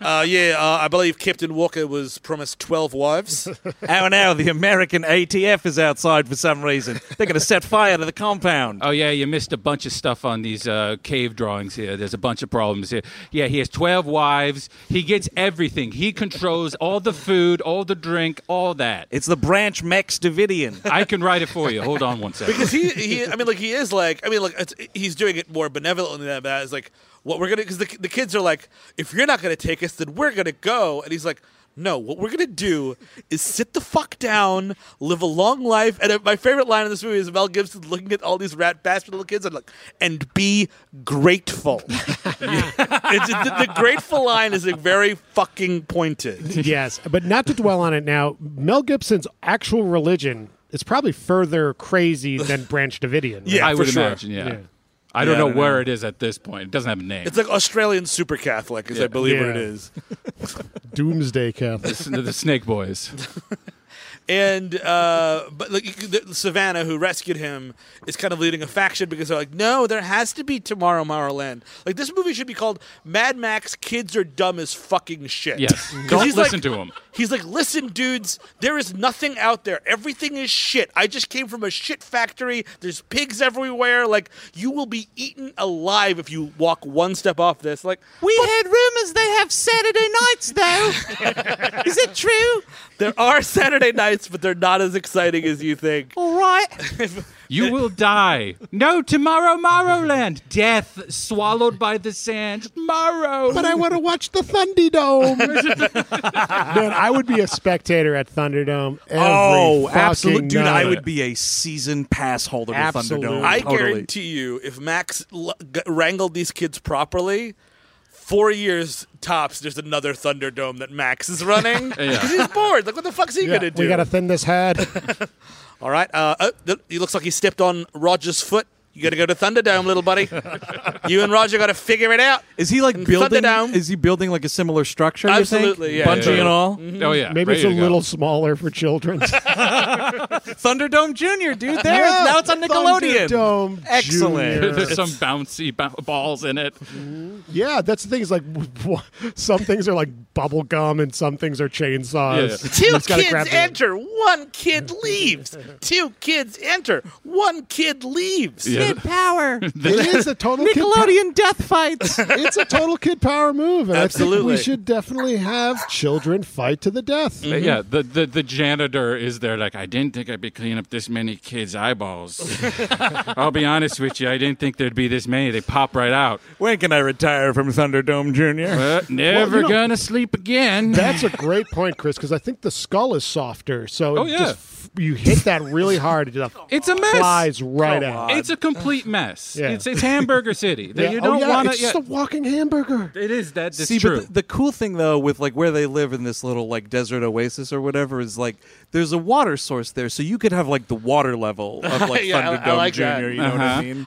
Uh, yeah, uh, I believe Captain Walker was promised 12
<laughs>
wives.
Oh no, the American ATF is outside for some reason. They're going to set fire to the compound.
Oh yeah, you missed a bunch of stuff on these uh, cave drawings here. There's a bunch of problems here. Yeah, he has 12 wives. He gets everything. He controls all the food, all the drink, all that.
It's the Branch Max Davidian.
I can write it for you. Hold on one second.
because he, he I mean, like he is like, I mean, like it's, he's doing it more benevolently than that. It's like what we're gonna, because the, the kids are like, if you're not gonna take us, then we're gonna go. And he's like, no, what we're gonna do is sit the fuck down, live a long life. And uh, my favorite line in this movie is Mel Gibson looking at all these rat bastard little kids and like, and be grateful. <laughs> it's, the, the grateful line is like very fucking pointed.
yes, but not to dwell on it now. Mel Gibson's actual religion is probably further crazy than Branch Davidian. right?
I would imagine. <laughs> Yeah. I don't know where it is at this point. It doesn't have a name. <laughs>
It's like Australian super Catholic, is I
Yeah.
believe what it
Yeah.
is.
Doomsday
<laughs>
the,
Catholic.
s- the Snake Boys.
and uh, but like you- the, Savannah, who rescued him, is kind of leading a faction because they're like, no, there has to be tomorrow, Tomorrowland. Like this movie should be called Mad Max: Kids Are Dumb as Fucking Shit. <laughs>
Yes.
'Cause
Don't
he's
listen
like-
to 'em.
He's like, listen, dudes, there is nothing out there. Everything is shit. I just came from a shit factory. There's pigs everywhere. Like you will be eaten alive if you walk one step off this. Like
We heard rumors they have Saturday nights, though. Is it true?
there are <laughs> Saturday nights, but they're not as exciting as you think.
All right.
You will die. No, tomorrow, Morrowland. Death swallowed by the sand. Morrow.
But I want to watch the <laughs> Thunderdome.
Man, I would be a spectator at Thunderdome. Every
oh,
fucking
absolutely, dude! I
night.
would be a season pass holder of
Absolutely.
Thunderdome.
I
totally.
guarantee you, if Max l- g- wrangled these kids properly, four years tops, there's another Thunderdome that Max
<laughs>
is running. 'Cause <laughs> he's bored. Like, what the fuck's he
Yeah,
gonna do?
we gotta thin
<laughs>
this head.
All right. Uh, oh, th- he looks like he stepped on Roger's foot. You gotta go to Thunderdome, little
<laughs>
buddy. you and Roger gotta figure it out.
Is he like
And
building?
Thunderdome.
Is he building like a similar structure? you think?
Absolutely, yeah,
Bungee
yeah.
and all.
Oh yeah.
Maybe it's a
ready to go.
little smaller
<laughs>
for children.
Thunderdome Junior, dude.
<laughs>
There now it's on Nickelodeon.
Thunderdome
Excellent. <laughs>
<laughs>
Junior. <laughs>
There's some bouncy ba- balls in it.
Yeah, that's the thing. Is like <laughs> w- w- some things are like bubble gum and some things are chainsaws. <laughs>
Yeah.
Two
You just gotta grab
kids
the-
enter, one kid leaves. Two kids enter, one kid leaves.
Kid power.
It is a total kid pow-
Nickelodeon death fights.
<laughs> it's a total kid power move, and I
Absolutely.
think we should definitely have children fight to the death.
But Yeah, the, the the janitor is there. Like, I didn't think I'd be cleaning up this many kids'
<laughs>
eyeballs. I'll be honest with you, I didn't think there'd be this many. They pop right out.
<laughs>
When can I retire from Thunderdome Junior?
But never
know-
gonna sleep again.
That's a great point, Chris, because I think the skull is softer, so
Oh,
it
yeah.
just f- you hit that really hard, it just
It's a mess.
flies right
Come
out.
on.
It's a complete mess.
Yeah.
It's, it's Hamburger City.
Yeah.
You
oh,
don't
yeah,
want
it's
to.
just a walking hamburger.
it is that. That's
See,
true.
but the, the cool thing though, with like where they live in this little like desert oasis or whatever, is like there's a water source there, so you could have like the water level
<laughs>
of like
Yeah, I- I
Thunderdome
like that. Uh-huh.
Junior. You know what I mean?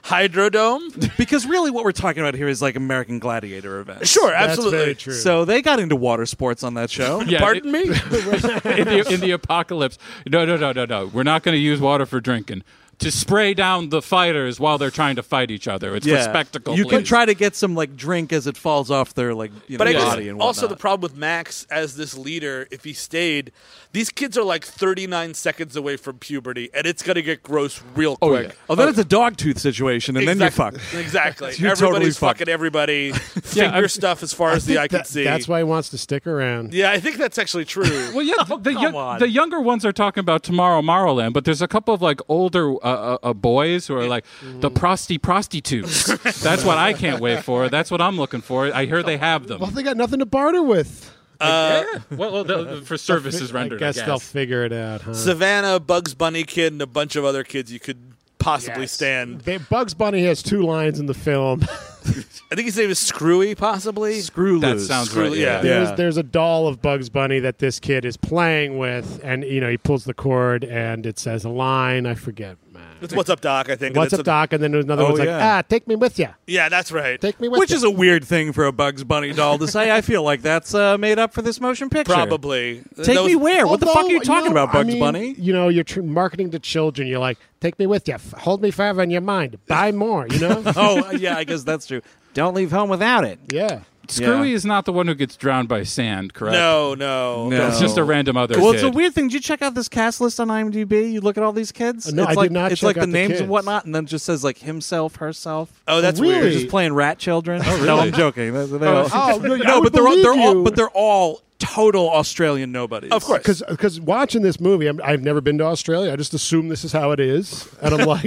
<laughs>
Hydrodome?
Because really, what we're talking about here is like American Gladiator events.
Sure,
That's
absolutely.
very true.
So they got into water sports on that
<laughs>
show.
Yeah,
Pardon
<laughs>
me?
<laughs> in, the, in the apocalypse. No, no, no, no, no. We're not going to use water for drinking. To spray down the fighters while they're trying to fight each other. It's for spectacle.
You can
please.
try to get some like drink as it falls off their like you know,
But I
body
guess
and whatnot.
also the problem with Max as this leader, if he stayed, these kids are like 39 seconds away from puberty, and it's gonna get gross real
Oh,
quick.
yeah. oh, then it's a dog tooth situation, and then
exactly.
you're fucked.
Exactly.
<laughs> You're totally
Everybody's
fucked.
fucking
<laughs>
everybody. Finger
I'm-
stuff as far as the eye can
That-
see.
That's why he wants to stick around.
Yeah, I think that's actually true.
Well, yeah, the, the, young-
on.
the younger ones are talking about tomorrow, Morrowland, but there's a couple of like older uh, uh, uh, boys who are like the prosty prostitutes. That's what I can't wait for. That's what I'm looking for. I hear they have them.
Well, they got nothing to barter with.
Uh,
Well, well, the- <laughs> for services rendered,
I guess they'll figure it out, huh?
Savannah, Bugs Bunny Kid, and a bunch of other kids you could possibly
Yes.
stand.
They- Bugs Bunny has two lines in the film.
I think his name is Screwy, possibly.
Screw
That
loose.
sounds
Screw-
right.
yeah.
Yeah.
there's
Yeah.
there's a doll of Bugs Bunny that this kid is playing with, and you know he pulls the cord, and it says a line. I forget, man.
It's What's Up, Doc, I think. and
What's
it's
up,
a-
Doc? And then there's another
Oh,
one's like,
yeah.
ah, take me with you.
Yeah, that's right.
Take me with
Which
ya."
is a weird thing for a Bugs Bunny doll to say. I feel like that's uh, made up for this motion picture.
Probably.
Take me where? what the fuck are
Although,
you talking
know,
about,
I
Bugs
mean,
Bunny?
You know, you're tr- marketing to children. You're like, take me with you. F- hold
<laughs>
me forever in your mind. Buy more. You know? <laughs>
Oh yeah, I guess that's true. Don't leave home without it.
yeah.
Screwy
Yeah.
is not the one who gets drowned by sand, correct?
No, no. No.
It's just a random other
Well,
kid.
it's a weird thing. Did you check out this cast list on IMDb? You look at all these kids.
Uh, no,
it's
I did
like,
not
It's
check
like
out
the
the
names
kids.
and whatnot, and then just says like himself, herself.
Oh, that's Really? weird.
Just playing rat children.
Oh,
No,
really?
I'm joking. They- they
Oh,
all-
oh,
<laughs>
no, I
no,
would
but they're all,
believe
they're all
you.
but they're all total Australian nobodies.
Because watching this movie, I'm, I've never been to Australia. I just assume this is how it is, and
<laughs>
I'm like,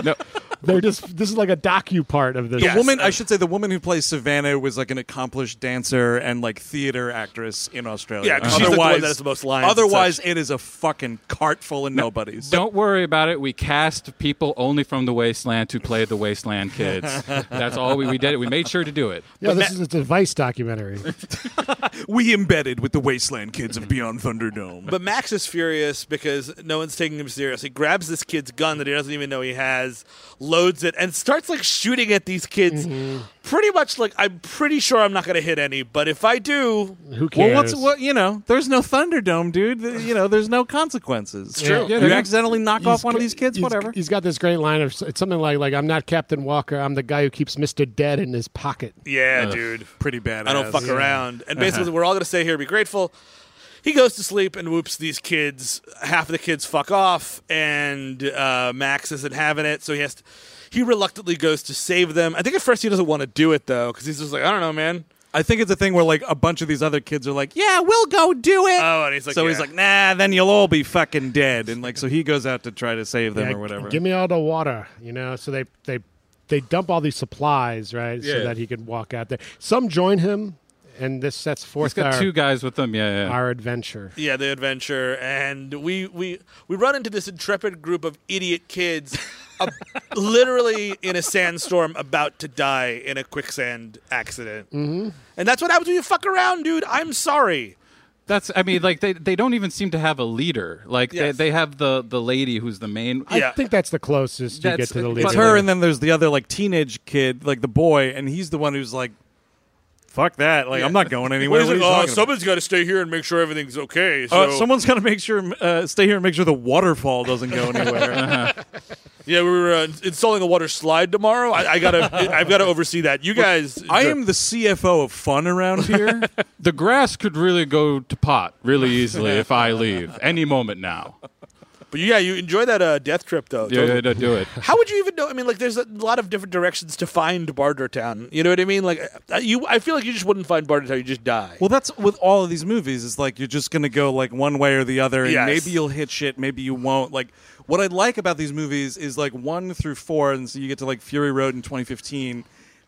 they're just this is like a docu part of this.
Yes.
The
woman-
woman, I should say, the woman who plays Savannah was like an accomplished dancer and like theater actress in Australia.
Yeah, 'cause she's the one that has the most lines and
Otherwise,
such.
it is a fucking cart full of nobodies.
Don't worry about it. We cast people only from the wasteland to play the wasteland kids. That's all we, we did. We made sure to do it.
yeah, this is it's a Vice documentary.
we embedded with the wasteland kids of Beyond Thunderdome.
But Max is furious because no one's taking him seriously. He grabs this kid's gun that he doesn't even know he has, loads it, and starts like shooting at these kids. Pretty much like I'm pretty sure I'm not going to hit any, but if I do,
who
Well, what's what you know? There's no Thunderdome, dude. Th- You know, there's no consequences.
It's true.
you accidentally knock off
He's
one of
g-
these kids,
he's-
whatever.
He's got this great line of it's something like like I'm not Captain Walker. I'm the guy who keeps Mister Dead in his pocket.
Yeah, dude.
Pretty bad.
I don't fuck around. And basically, we're all going to stay here and be grateful. He goes to sleep and whoops these kids. Half of the kids fuck off, and uh, Max isn't having it, so he has to. He reluctantly goes to save them. I think at first he doesn't want to do it though, because he's just like, I don't know, man.
I think it's a thing where like a bunch of these other kids are like, yeah, we'll go do it.
Oh, and he's like,
so
yeah.
he's like, nah, then you'll all be fucking dead. And like, so he goes out to try to save them
Yeah,
or whatever.
Give me all the water, you know. So they they they dump all these supplies, right, so
Yeah.
that he could walk out there. Some join him, and this sets forth
He's got
our,
two guys with him. Yeah, yeah.
our adventure.
Yeah, the adventure, and we we we run into this intrepid group of idiot kids, ab- literally in a sandstorm, about to die in a quicksand accident.
Mhm.
And that's what happens when you fuck around, dude. I'm sorry.
That's. I mean, like they, they don't even seem to have a leader. Like
Yes.
they, they have the the lady who's the main.
I think that's the closest you get to the leader.
It's her, and then there's the other like teenage kid, like the boy, and he's the one who's like, fuck that. Like, I'm not
<laughs>
going anywhere.
Well, he's
What are you
like, "Uh,
talking about?"
someone's got to stay here and make sure everything's okay. So
Uh, someone's got to make sure, uh, stay here and make sure the waterfall doesn't go
<laughs>
anywhere.
yeah, we were uh, installing a water slide tomorrow. I, I gotta, I've gotta oversee that. You guys,
I am the CFO of fun around here.
the grass could really go to pot really easily if I leave any moment now.
But yeah, you enjoy that uh, death trip though.
Yeah, yeah, do it.
How would you even know? I mean, like, there's a lot of different directions to find Bartertown. You know what I mean? Like, uh, you, I feel like you just wouldn't find Bartertown. You just die.
Well, that's with all of these movies. It's like you're just going to go like one way or the other, and
Yes.
maybe you'll hit shit, maybe you won't. Like what I like about these movies is like one through four, and so you get to like Fury Road in 2015.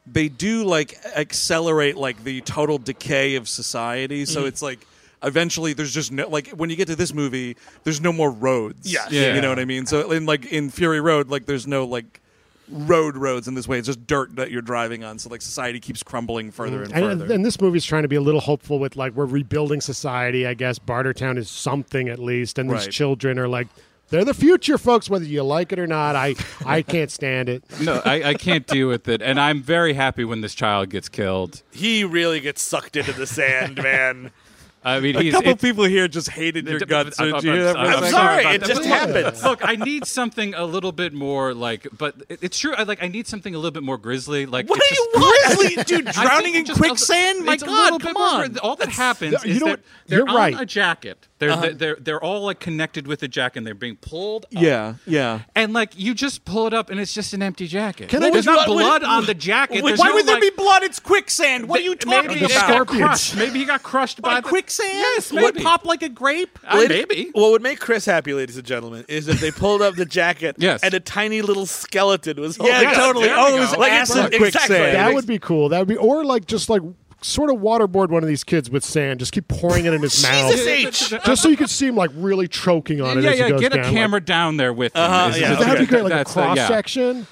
They do like accelerate like the total decay of society. So
Mhm.
it's like eventually there's just no like when you get to this movie, there's no more roads.
Yes. Yeah.
you know what I mean. So in like in Fury Road, like there's no like. Road roads in this way. It's just dirt that you're driving on. So like society keeps crumbling further and
And,
further.
and this movie's trying to be a little hopeful with like we're rebuilding society. I guess Bartertown is something at least, and
Right.
these children are like they're the future, folks. Whether you like it or not, I
<laughs>
I can't stand it.
No, I, I can't deal with it, and I'm very happy when this child gets killed.
he really gets sucked into the
<laughs>
sand, man.
I mean,
A
he's
couple
it's-
people here just hated your guts.
I- I-
Did you hear that for a second?
about that. Look, I need something a little bit more like, but it- it's true. I like. I need something a little bit more grisly. Like, what do you
want? <laughs> Grizzly? Dude,
I think
drowning in
just a-
quicksand? My
it's a
God,
little bit
come
more
on.
gris- All that
That's-
happens
you
is
know
that
what?
they're
You're
on
right.
a jacket. They're
Uh-huh.
they're- they're they're all like connected with a jacket, and they're being pulled. up.
Yeah, yeah.
And like you just pull it up, and it's just an empty jacket.
Can I
There's
just-
not
what-
blood
what-
on the jacket.
Why
There's no,
would there
like-
be blood? It's quicksand. What are you talking
Maybe
about?
he got crushed. Maybe he got crushed by,
By
the-
quicksand?
Yes,
What-
maybe pop like a grape.
Lady-
<laughs> maybe.
What would make Chris happy, ladies and gentlemen, is if they pulled up the
<laughs>
jacket
Yes.
and a tiny little skeleton was.
Yeah,
holding it.
totally.
There
Oh,
we
it was
go. Like,
acid
it's- exactly.
That would be cool. That would be or like just like sort of waterboard one of these kids with sand. Just keep pouring it
<laughs>
in his mouth,
Jesus H.
just so you could see him like really choking on it.
yeah,
as he
yeah.
goes
Get a
down, like-
camera down there with him.
Uh-huh,
Is-
yeah,
is-
that'd be
great, like a
that's the- yeah.
cross-section.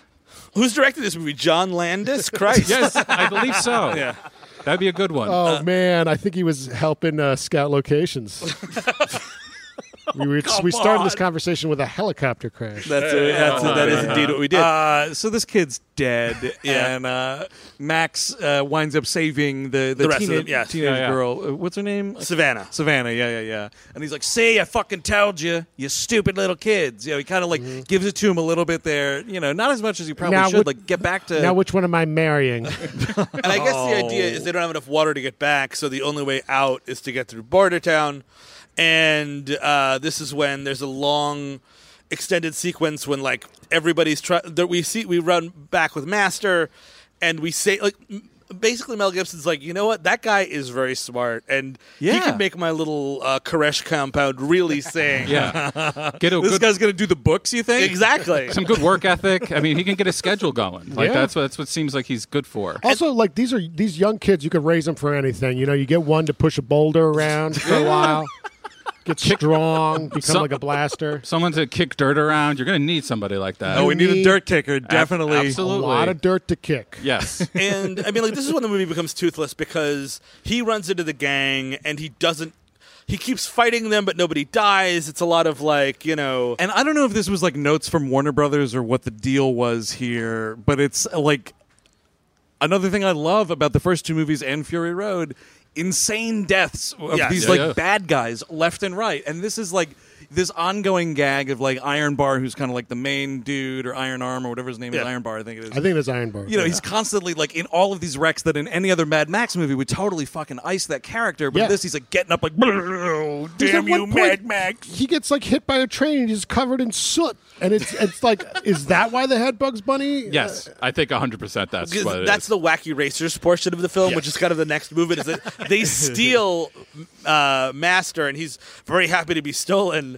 Who's directed this movie? John
<laughs>
Landis. Christ.
Yes, I believe so.
Yeah.
That'd be a good one. <laughs>
Oh man, I think he was helping uh, scout locations. uh, we we,
Come
we started
on.
this conversation with a helicopter crash.
uh,
That's it. That's it. That is indeed what we did. Uh, so this kid's
<laughs>
dead,
Yeah.
and uh, Max uh, winds up saving the the,
The rest of
teenage,
them, yes.
teenage
Yeah, yeah.
girl. Uh, What's her name?
Savannah.
Savannah. Yeah, yeah, yeah. And he's like, "See, I fucking told you, you stupid little kids." You know, he kind of like
Mm-hmm.
gives it to him a little bit there. You know, not as much as he probably
Now
should.
would-
like, get back to
now, which one am
<laughs>
I marrying?
And I guess the idea is they don't have enough water to get back, so the only way out is to get through Barter Town. And uh, this is when there's a long, extended sequence when like everybody's try that we see we run back with Master, and we say like. m- Basically, Mel Gibson's like, you know what? That guy is very smart, and he can make my little uh, Koresh compound really sing.
Yeah. Get a
this
good-
guy's
gonna do the books. You think
exactly?
Some good work ethic. I mean, he can get a schedule going. Like
Yeah.
that's what that's what seems like he's good for.
Also, like these are these young kids, you could raise them for anything. You know, you get one to push a boulder around for a
<laughs>
while, get strong, become
Some-
like a blaster.
Someone to kick dirt around. You're going to need somebody like that.
Oh, we need a Need- dirt
kicker,
Definitely,
absolutely.
a lot of dirt to kick.
yes.
<laughs>
and I mean, like, this is when the movie becomes toothless because he runs into the gang and he doesn't. He keeps fighting them, but nobody dies. It's a lot of like, you know.
And I don't know if this was like notes from Warner Brothers or what the deal was here, but it's uh, like another thing I love about the first two movies and Fury Road insane deaths of
Yes.
these
Yeah,
like
yeah.
bad guys left and right. And this is like this ongoing gag of like Iron Bar, who's kind of like the main dude, or Iron Arm, or whatever his name is,
Yeah.
Iron Bar, I think it is.
I think that's Iron Bar.
You know, he's constantly like in all of these wrecks that in any other Mad Max movie would totally fucking ice that character. But
Yeah.
in this, he's like getting up like, "Brrr,
Because
damn
at one
you,
point,
Mad Max.
He gets like hit by a train and he's covered in soot. And it's it's like, is that why they had Bugs Bunny? uh,
Yes, I think 100% that's
Because
what it is.
that's the wacky racers portion of the film, which is kind of the next movement. Is
<laughs>
that they steal uh, Master, and he's very happy to be stolen.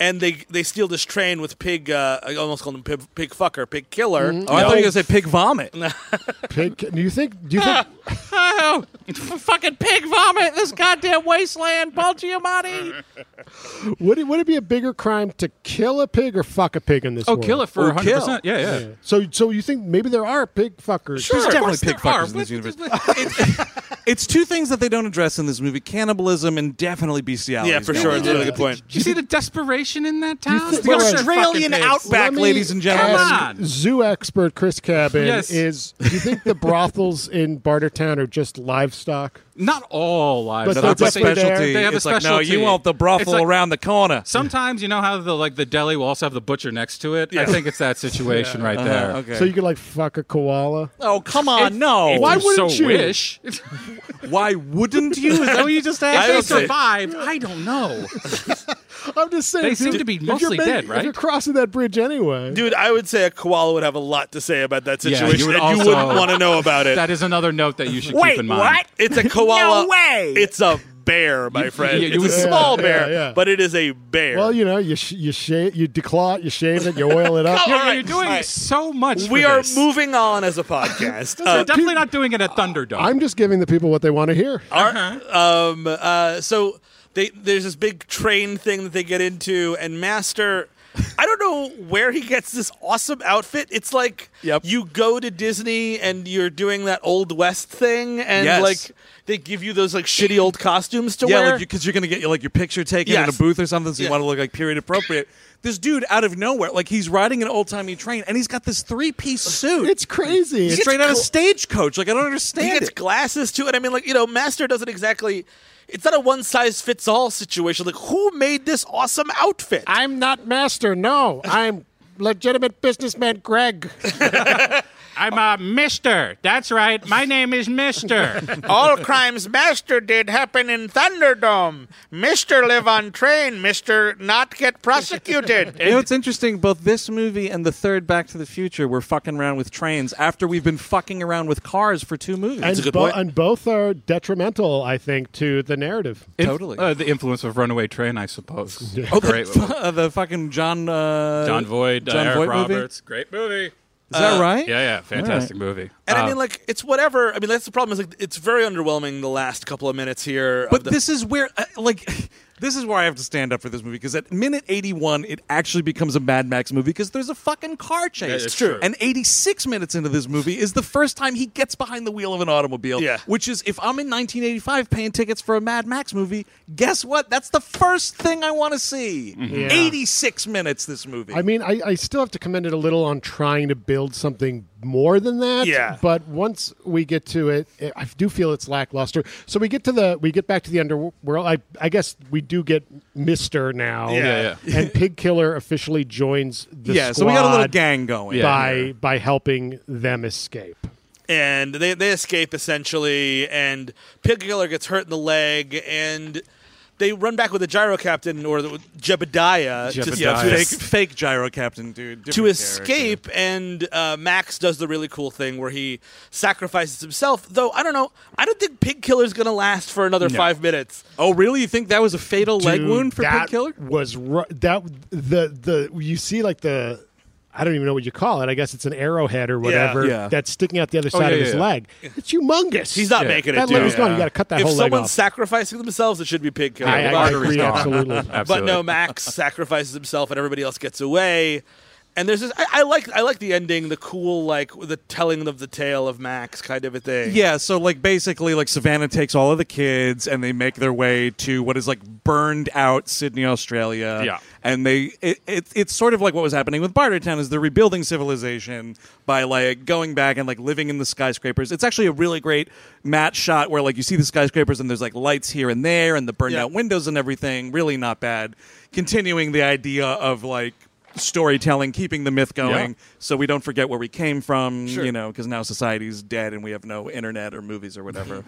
And they they steal this train with pig. Uh, I almost called him pig, pig fucker, pig killer.
Mm-hmm.
Oh, I thought you were going to say pig
<laughs>
vomit.
Pig, do you think? Do you think?
Oh, fucking pig vomit! This goddamn wasteland, Paul Giamatti.
Would it would it be a bigger crime to kill a pig or fuck a pig in this?
Oh,
world?
kill it for Oh, 100%. kill. Yeah, yeah.
So so you think maybe there are pig fuckers?
There's definitely pig fuckers in this universe. <laughs> It's- it's two things that they don't address in this movie: cannibalism and definitely bestiality.
Yeah, for sure. It's a really good point.
Do you see the desperation in that town?
The Australian outback,
Let me
ladies and gentlemen.
ask Zoo expert Chris Cabin
Yes.
is. Do you think the brothels in Bartertown are just livestock?
Not all lives.
But that's a specialty.
They have
It's
a
like,
specialty.
no, you want the brothel around the corner.
Sometimes you know how the like the deli will also have the butcher next to it. I think it's that situation right
Uh-huh,
there.
okay.
So you could like fuck a koala.
Oh come on, no!
If
Why
you
wouldn't
so
you?
wish?
Why wouldn't you? Is that what you just
If
asked?
they survived, I don't know.
I'm just saying.
They
if
seem
you-
to be
if you're
mostly
making-
dead,
If
right?
you're crossing that bridge anyway.
Dude, I would say a koala would have a lot to say about that situation,
you would
and you
also-
wouldn't want to know about it.
That is another note that you should keep in mind.
It's a koala. <laughs> no way. It's a bear, my friend.
you- you
it's a
would-
small
Yeah,
bear,
yeah, yeah.
but it is a bear.
Well, you know, you sh- you shave, you declaw it, you shave it, you <laughs> oil it up.
You're,
All right,
you're doing
all right.
so much.
we
for
are
this.
moving on as a
<laughs>
podcast.
We're
Uh,
definitely not doing it at Thunderdome.
I'm just giving the people what they want to hear.
our- um, uh, so they, there's this big train thing that they get into, and Master. I don't know where he gets this awesome outfit. It's like you go to Disney and you're doing that old west thing, and
Yes.
like they give you those like shitty old costumes to
yeah,
wear.
like because you're gonna get like your picture taken in
Yes.
a booth or something, so you
Yeah.
want to look like period appropriate. This dude out of nowhere, like he's riding an old timey train, and he's got this three piece suit.
It's crazy. It's
straight out of
cool-
stagecoach. Like I don't understand.
he gets
it.
glasses too, and I mean, like you know, Master doesn't exactly. It's not a one size fits all situation. Like, who made this awesome outfit?
I'm not master. No, I'm legitimate businessman Greg.
I'm a Mister. That's right. My name is
<laughs>
Mister.
Oh,
All crimes Master did happen in Thunderdome. Mister live on train. Mister not get prosecuted.
You know, it's interesting. Both this movie and the third Back to the Future were fucking around with trains after we've been fucking around with cars for two movies.
and, bo- and both are detrimental, I think, to the narrative.
Inf- uh, the influence of Runaway Train, I
<laughs>
suppose.
Oh, the,
Great. movie.
uh, <laughs> the fucking John uh,
<laughs>
John Voight, uh,
John
Eric
Voight movie? Uh,
Roberts. Great movie. Is
that right?
Yeah, yeah. Fantastic movie.
and
Uh,
I mean, like, it's whatever. I mean, that's the problem. Is like, it's very underwhelming the last couple of minutes here. of
But
the-
this is where, uh, like, <laughs> This is where I have to stand up for this movie because at minute 81, it actually becomes a Mad Max movie because there's a fucking car chase.
Yeah, it's true.
And 86 minutes into this movie is the first time he gets behind the wheel of an automobile.
Yeah.
Which is, if I'm in 1985 paying tickets for a Mad Max movie, guess what? That's the first thing I want to see.
Mm-hmm.
Yeah.
86 minutes, this movie.
I mean, I, I still have to commend it a little on trying to build something more than that.
Yeah.
But once we get to it, it- I do feel it's lackluster. So we get to the we get back to the underworld. I I guess we do get Mister now.
Yeah, yeah.
And Pig Killer officially joins the
Yeah, so we got a little
squad
gang going.
by
Yeah.
by helping them escape.
and they, they escape essentially and pig killer gets hurt in the leg and they run back with the gyro captain or the jebediah, to-
yeah,
to,
fake, fake gyro captain, dude.
to
Different character.
escape and uh, max does the really cool thing where he sacrifices himself though i don't know i don't think pig killer's gonna last for another
No.
five minutes
oh really you think that was a fatal
Dude, that Was ru- that the the you see like the I don't even know what you call it. I guess it's an arrowhead or whatever
yeah.
that's sticking out the other
Oh,
side of
yeah,
his
yeah.
leg. It's humongous.
he's not making it
That
dude.
leg is gone. You got to cut that
if
whole leg
someone's
off.
sacrificing themselves it should be pig killer
I- I
But-
<laughs>
agree, absolutely.
but
Absolutely.
no
<laughs>
max sacrifices himself and everybody else gets away and there's this I, I like i like the ending the cool like the telling of the tale of max kind of a thing
Yeah, so like basically, like Savannah takes all of the kids and they make their way to what is like burned out Sydney, Australia.
Yeah.
and they it, it it's sort of like what was happening with Bartertown is they're rebuilding civilization by like going back and like living in the skyscrapers. It's actually a really great matte shot where like you see the skyscrapers and there's like lights here and there and the burned out windows and everything. Really not bad. Continuing the idea of like storytelling, keeping the myth going,
Yeah.
so we don't forget where we came from.
Sure.
You know know, because now society's dead and we have no internet or movies
<laughs>
or whatever.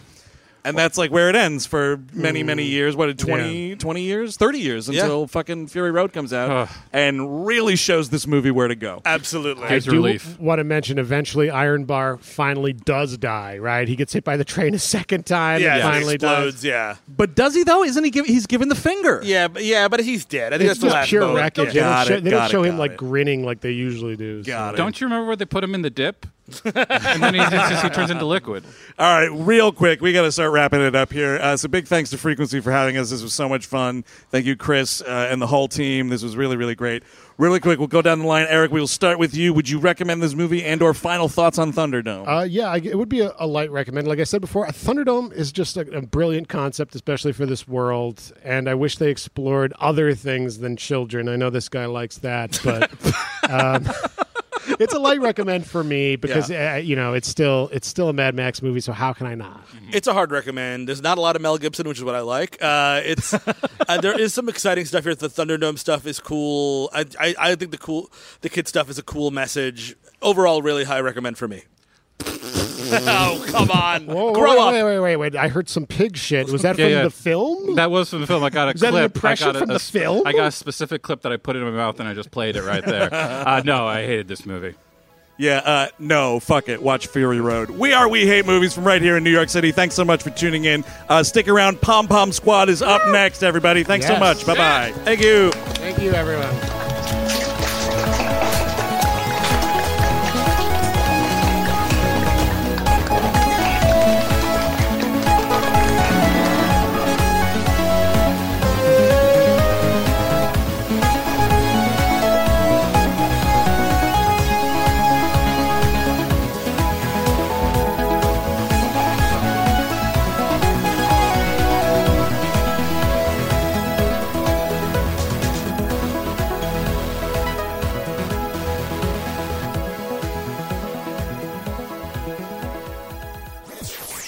and that's like where it ends for many, many years. What, 20, 20 years? 30 years
Mm. Yeah.
until fucking Fury Road comes out and really shows this movie where to go.
Absolutely.
I do want to mention eventually Iron Bar finally does die, right? He gets hit by the train a second time and finally dies.
yeah.
But does he though? Isn't he? Give, he's given the finger.
Yeah, but yeah, but he's dead. I think
It's
that's the
just
last
pure
moment.
wreckage.
Don't-
They don't
Got
show,
it,
they don't
got it,
show him
got
like
it.
grinning like they usually do. so.
Don't you remember where they put him in
<laughs>
the dip? and then he, just, he turns into liquid.
All right, real quick, we got to start wrapping it up here. Uh, so, big thanks to Frequency for having us. This was so much fun. Thank you, Chris, uh, and the whole team. This was really, really great. Really quick, we'll go down the line. Eric, we will start with you. Would you recommend this movie and/or final thoughts on Thunderdome?
Uh, yeah, I, it would be a, a light recommend. Like I said before, a Thunderdome is just a, a brilliant concept, especially for this world. And I wish they explored other things than children. I know this guy likes that, but um, <laughs> it's a light recommend for me because uh, you know it's still it's still a Mad Max movie. So how can I not?
It's a hard recommend. There's not a lot of Mel Gibson, which is what I like. Uh,
<laughs>
it's uh, there is some exciting stuff here. The Thunderdome stuff is cool. I, I I think the cool the kid stuff is a cool message. Overall, really high recommend for
<laughs>
me. oh come on,
Whoa,
grow
wait,
up.
wait, wait, wait, wait! I heard some pig shit. Was that
Yeah,
from
yeah.
the film?
That was from the film. I got a
Is that
clip.
an impression
I got a,
from
a
the
sp-
film?
I got a specific clip that I put in my mouth and I just played it
<laughs>
right there. Uh, no, I hated this movie.
Yeah, uh, no, fuck it. Watch Fury Road. We are We Hate Movies from right here in New York City. Thanks so much for tuning in. Uh, stick around. Pom Pom Squad is up next, everybody. Thanks so
Yes.
much. Bye bye. Thank you.
Thank you, everyone.